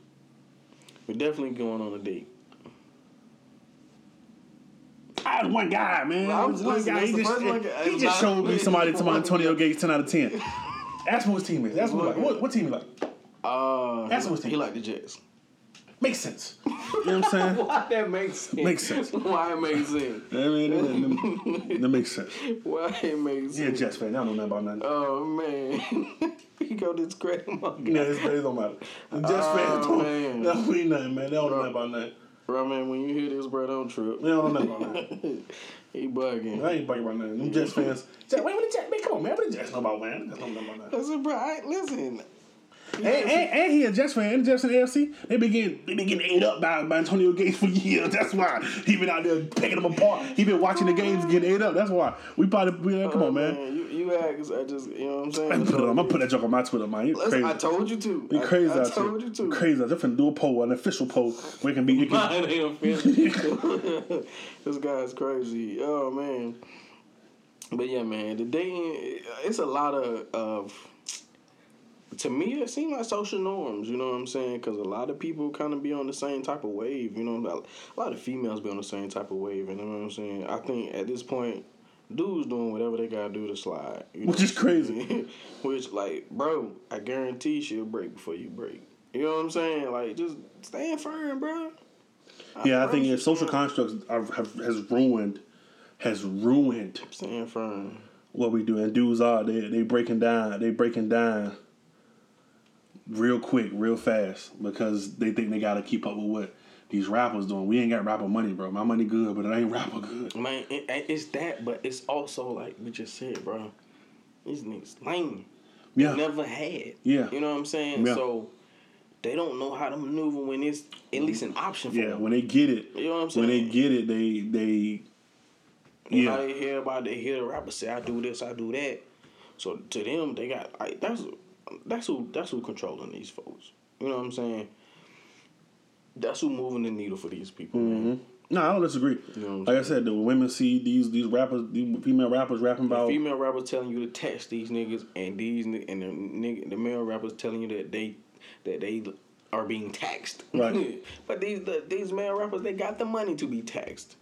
We're definitely going on a date. I was one guy man Well, I I was- was one listen, guy that's he the just, first one guy- he just showed me somebody to my Antonio Gates ten out of *laughs* ten that's what his team is that's what like what, what team he like Uh, That's he- what's the- he like the Jets. makes sense you know what *laughs* I'm saying Why that makes sense? Makes sense. *laughs* Why it makes sense? I mean, that- that- that makes sense Why it makes Yeah, sense? Jets fan. I don't know nothing about nothing. Oh man, *laughs* he go discredit my guy. no, it's, it don't matter. The Jets fans Oh, don't, *laughs* man. they don't mean nothing, man. They don't know nothing about nothing. Bro, man, when you hear this, bro, don't trip. They don't know nothing about nothing. *laughs* He bugging. I ain't bugging about nothing. Them Jets fans. Jets, wait, what the Jets? Man, come on, man. What the Jets know about, man? They don't know nothing about nothing. Listen, bro, I, listen. And, and, and he a Jets fan. And the Jets in the AFC, they been getting, they been getting ate up by, by Antonio Gates for *laughs* years. That's why he been out there picking them apart. He been watching the games getting ate up. That's why we probably we, come on, man. Oh, You, you act, 'cause I just, you know what I'm *laughs* saying? I'm gonna, put it on. I'm gonna put that joke on my Twitter, man. You Uh, Listen, crazy. I told you to. you crazy I, I out told you here. to. You crazy out here. Finna do a poll, an official poll, where it can be. *laughs* You can, Mine ain't official. *laughs* this guy's crazy. Oh man. But yeah, man, the dating it's a lot of of to me it seems like social norms, you know what I'm saying? Cuz a lot of people kind of be on the same type of wave, you know, a lot of females be on the same type of wave, you know what I'm saying? I think at this point dudes doing whatever they got to do to slide, you know Which is what I'm crazy. saying? *laughs* Which like, bro, I guarantee she'll break before you break. You know what I'm saying? Like just stand firm, bro. Yeah, I think Right. if social constructs are, have has ruined, has ruined Stand firm. what we do. And dudes are they they breaking down, they breaking down real quick, real fast because they think they gotta keep up with what these rappers doing. We ain't got rapper money, bro. My money good, but it ain't rapper good. Man, it, it- it's that, but it's also like we just said, bro. These niggas lame. Yeah, Never had. Yeah. You know what I'm saying? Yeah. So they don't know how to maneuver when it's at least an option for yeah. them. When they get it, You know what I'm when they saying? get it, they they yeah. Yeah. they hear about they hear the rapper say, "I do this, I do that." So to them, they got like that's that's who that's who controlling these folks. You know what I'm saying? That's who moving the needle for these people. Man. No, I don't disagree. know what I'm like I said, the women see these these rappers, these female rappers rapping about Female rappers telling you to text these niggas, and these ni- and the nigga, the male rappers telling you that they that they are being taxed. Right. *laughs* but these the, these male rappers, they got the money to be taxed.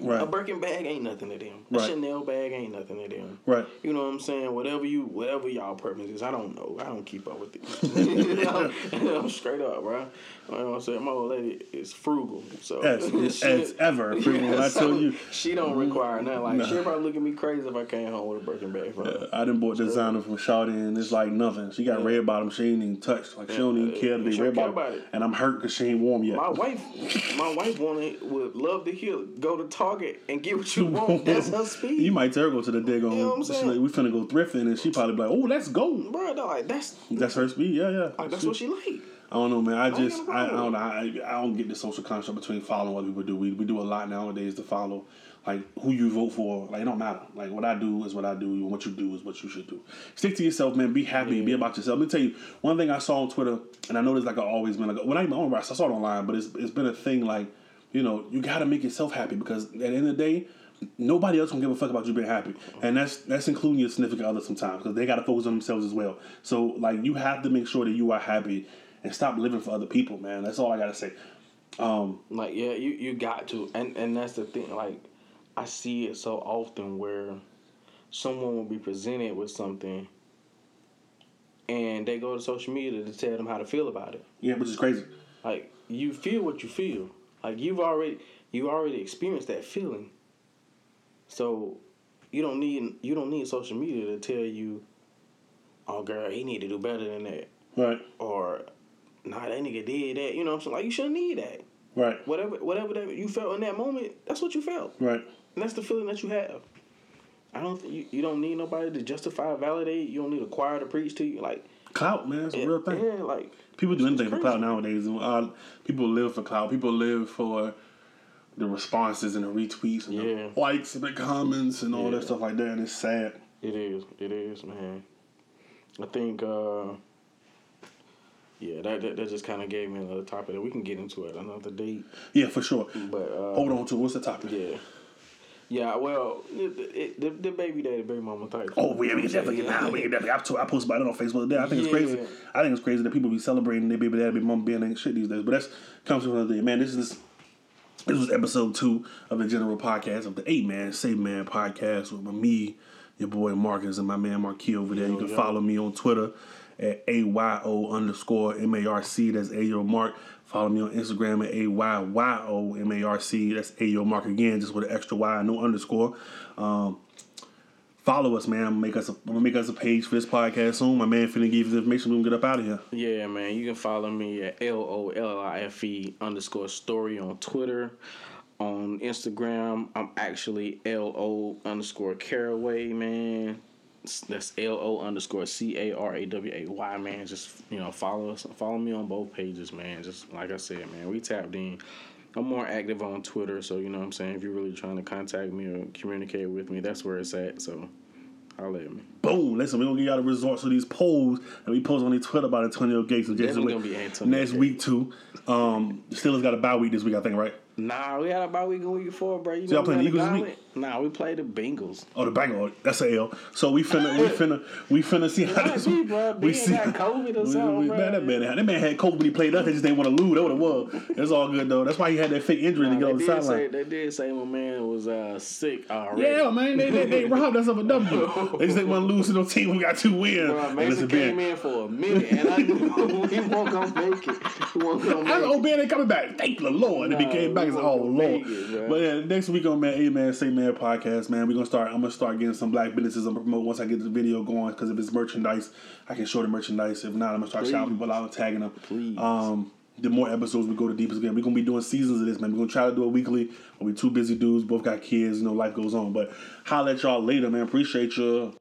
right, A Birkin bag ain't nothing to them. A Right. Chanel bag ain't nothing to them. right. You know what I'm saying? Whatever you, whatever y'all purpose is, I don't know. I don't keep up *laughs* with it. *laughs* I'm, straight up, bro. You know what I'm saying? My old lady is frugal, so *laughs* As, she- as *laughs* ever, pretty much. I so tell you, Mm-hmm. she don't require nothing. Like she'll probably look at me crazy if I came home with a Birkin bag from her. I done bought designer from Shawty and it's like nothing. She got red bottom. She ain't even touched. Like she don't even Yeah, uh, care to be she red don't care bottom. about it. And I'm hurt because she ain't warm yet. My wife, my wife wanted would love to hear go to Target and get what *laughs* you want. That's her speed. You might tell her go to the dig on. You know what I'm she saying? like, we finna go thrifting, and she probably be like, "Oh, that's gold." bro, no, like that's That's her speed. Yeah, yeah. like, that's what she like. I don't know, man. I ain't just got I, I no don't know. I, I don't get the social construct between following what people do. We we do a lot nowadays to follow like who you vote for. Like it don't matter. Like what I do is what I do. and What you do is what you should do. Stick to yourself, man. Be happy. Be about yourself. Let me tell you one thing I saw on Twitter, and I know this like I always been like when I even on I saw it online, but it's it's been a thing. Like you know you got to make yourself happy because at the end of the day. Nobody else gonna give a fuck about you being happy, and that's that's including your significant other sometimes because they gotta focus on themselves as well. So like you have to make sure that you are happy and stop living for other people, man. That's all I gotta say. Like yeah, you you got to, and and that's the thing. Like I see it so often where someone will be presented with something, and they go to social media to tell them how to feel about it. Yeah, which is crazy. Like you feel what you feel. Like you've already you already experienced that feeling. So you don't need you don't need social media to tell you, oh girl, he need to do better than that, Right, or nah, that nigga did that. You know what I'm saying? Like you shouldn't need that. right, Whatever whatever that you felt in that moment, that's what you felt, right. and that's the feeling that you have. I don't think you, you don't need nobody to justify, validate. You don't need a choir to preach to you. Like Clout, man, it's a real thing. Yeah, like People do anything for crazy. clout nowadays. Uh, people live for clout. People live for the responses and the retweets and Yeah. the likes and the comments and all Yeah. that stuff like that. And it's sad. It is. It is, man. I think, uh, yeah, that, that, that just kind of gave me another topic that we can get into at another date. Yeah, for sure. But uh, Hold on to what's the topic? Yeah. Yeah, well, it, it, the, the baby daddy, baby mama type. Oh, yeah, we can definitely get now. We can definitely. I, to- I post about it on Facebook. Yeah, I think it's crazy. Yeah. I think it's crazy that people be celebrating their baby daddy, baby mama being and shit these days. But that's comes from another day. Man, this is this was episode two of the general podcast of the Eight Man Save Man podcast with me, your boy Marcus, and my man Marquis over there. You can follow me on Twitter at A Y O underscore M A R C. That's Ayo Mark. Follow me on Instagram at A Y Y O M A R C. That's Ayo Mark again, just with an extra Y and no underscore. Um, follow us, man. Make us a make us a page for this podcast soon. My man finna give you the information. We can get up out of here. Yeah, man. You can follow me at L O L I F E underscore story on Twitter. On Instagram, I'm actually L O underscore caraway, man. S- That's L O underscore C A R A W A Y, man. Just, you know, follow us. Follow me on both pages, man. Just like I said, man, we tapped in. I'm more active on Twitter, so you know what I'm saying? If you're really trying to contact me or communicate with me, that's where it's at. So, holla at me. Boom! Listen, we're gonna give y'all the results of these polls that we post on the Twitter about Antonio Gates and Jason Definitely Witt. gonna be Antonio next Gates. week too. Um, Steelers got a bye week this week, I think, right? Nah, we had a bye week and week four, bro. You So y'all know playing we the had a Eagles bye this week? Nah, we played the Bengals. Oh, the Bengals. That's a L. So we finna, we finna, we finna see how might this. be, bro. We Big got COVID or something, bro. man, that man, that man had COVID when he played us. They just didn't want to lose. That would have won. That's all good though. That's why he had that fake injury to get Nah, on the they, did say, sideline. they did say my man was uh, sick already. Yeah, man, they they, they robbed us of a W. They just didn't want to lose to no team. We got two wins. Bro, And listen, Mason came Ben, in for a minute, and I knew *laughs* he won't gonna make it. He won't gonna I make know it. Ben ain't coming back. Thank the Lord. And he Nah, came back we and said, Oh Lord. won't make it, man. but yeah, next week on man, Amen, Say Man podcast, man. We're gonna start I'm gonna start getting some black businesses I'm gonna promote once I get the video going because if it's merchandise, I can show the merchandise. If not, I'm gonna start shouting people out and tagging them. Please. Um the more episodes we go to deepest again. We're gonna be doing seasons of this, man. We're gonna try to do it weekly. But we two busy dudes, both got kids, you know, life goes on. But holla at y'all later, man. Appreciate you.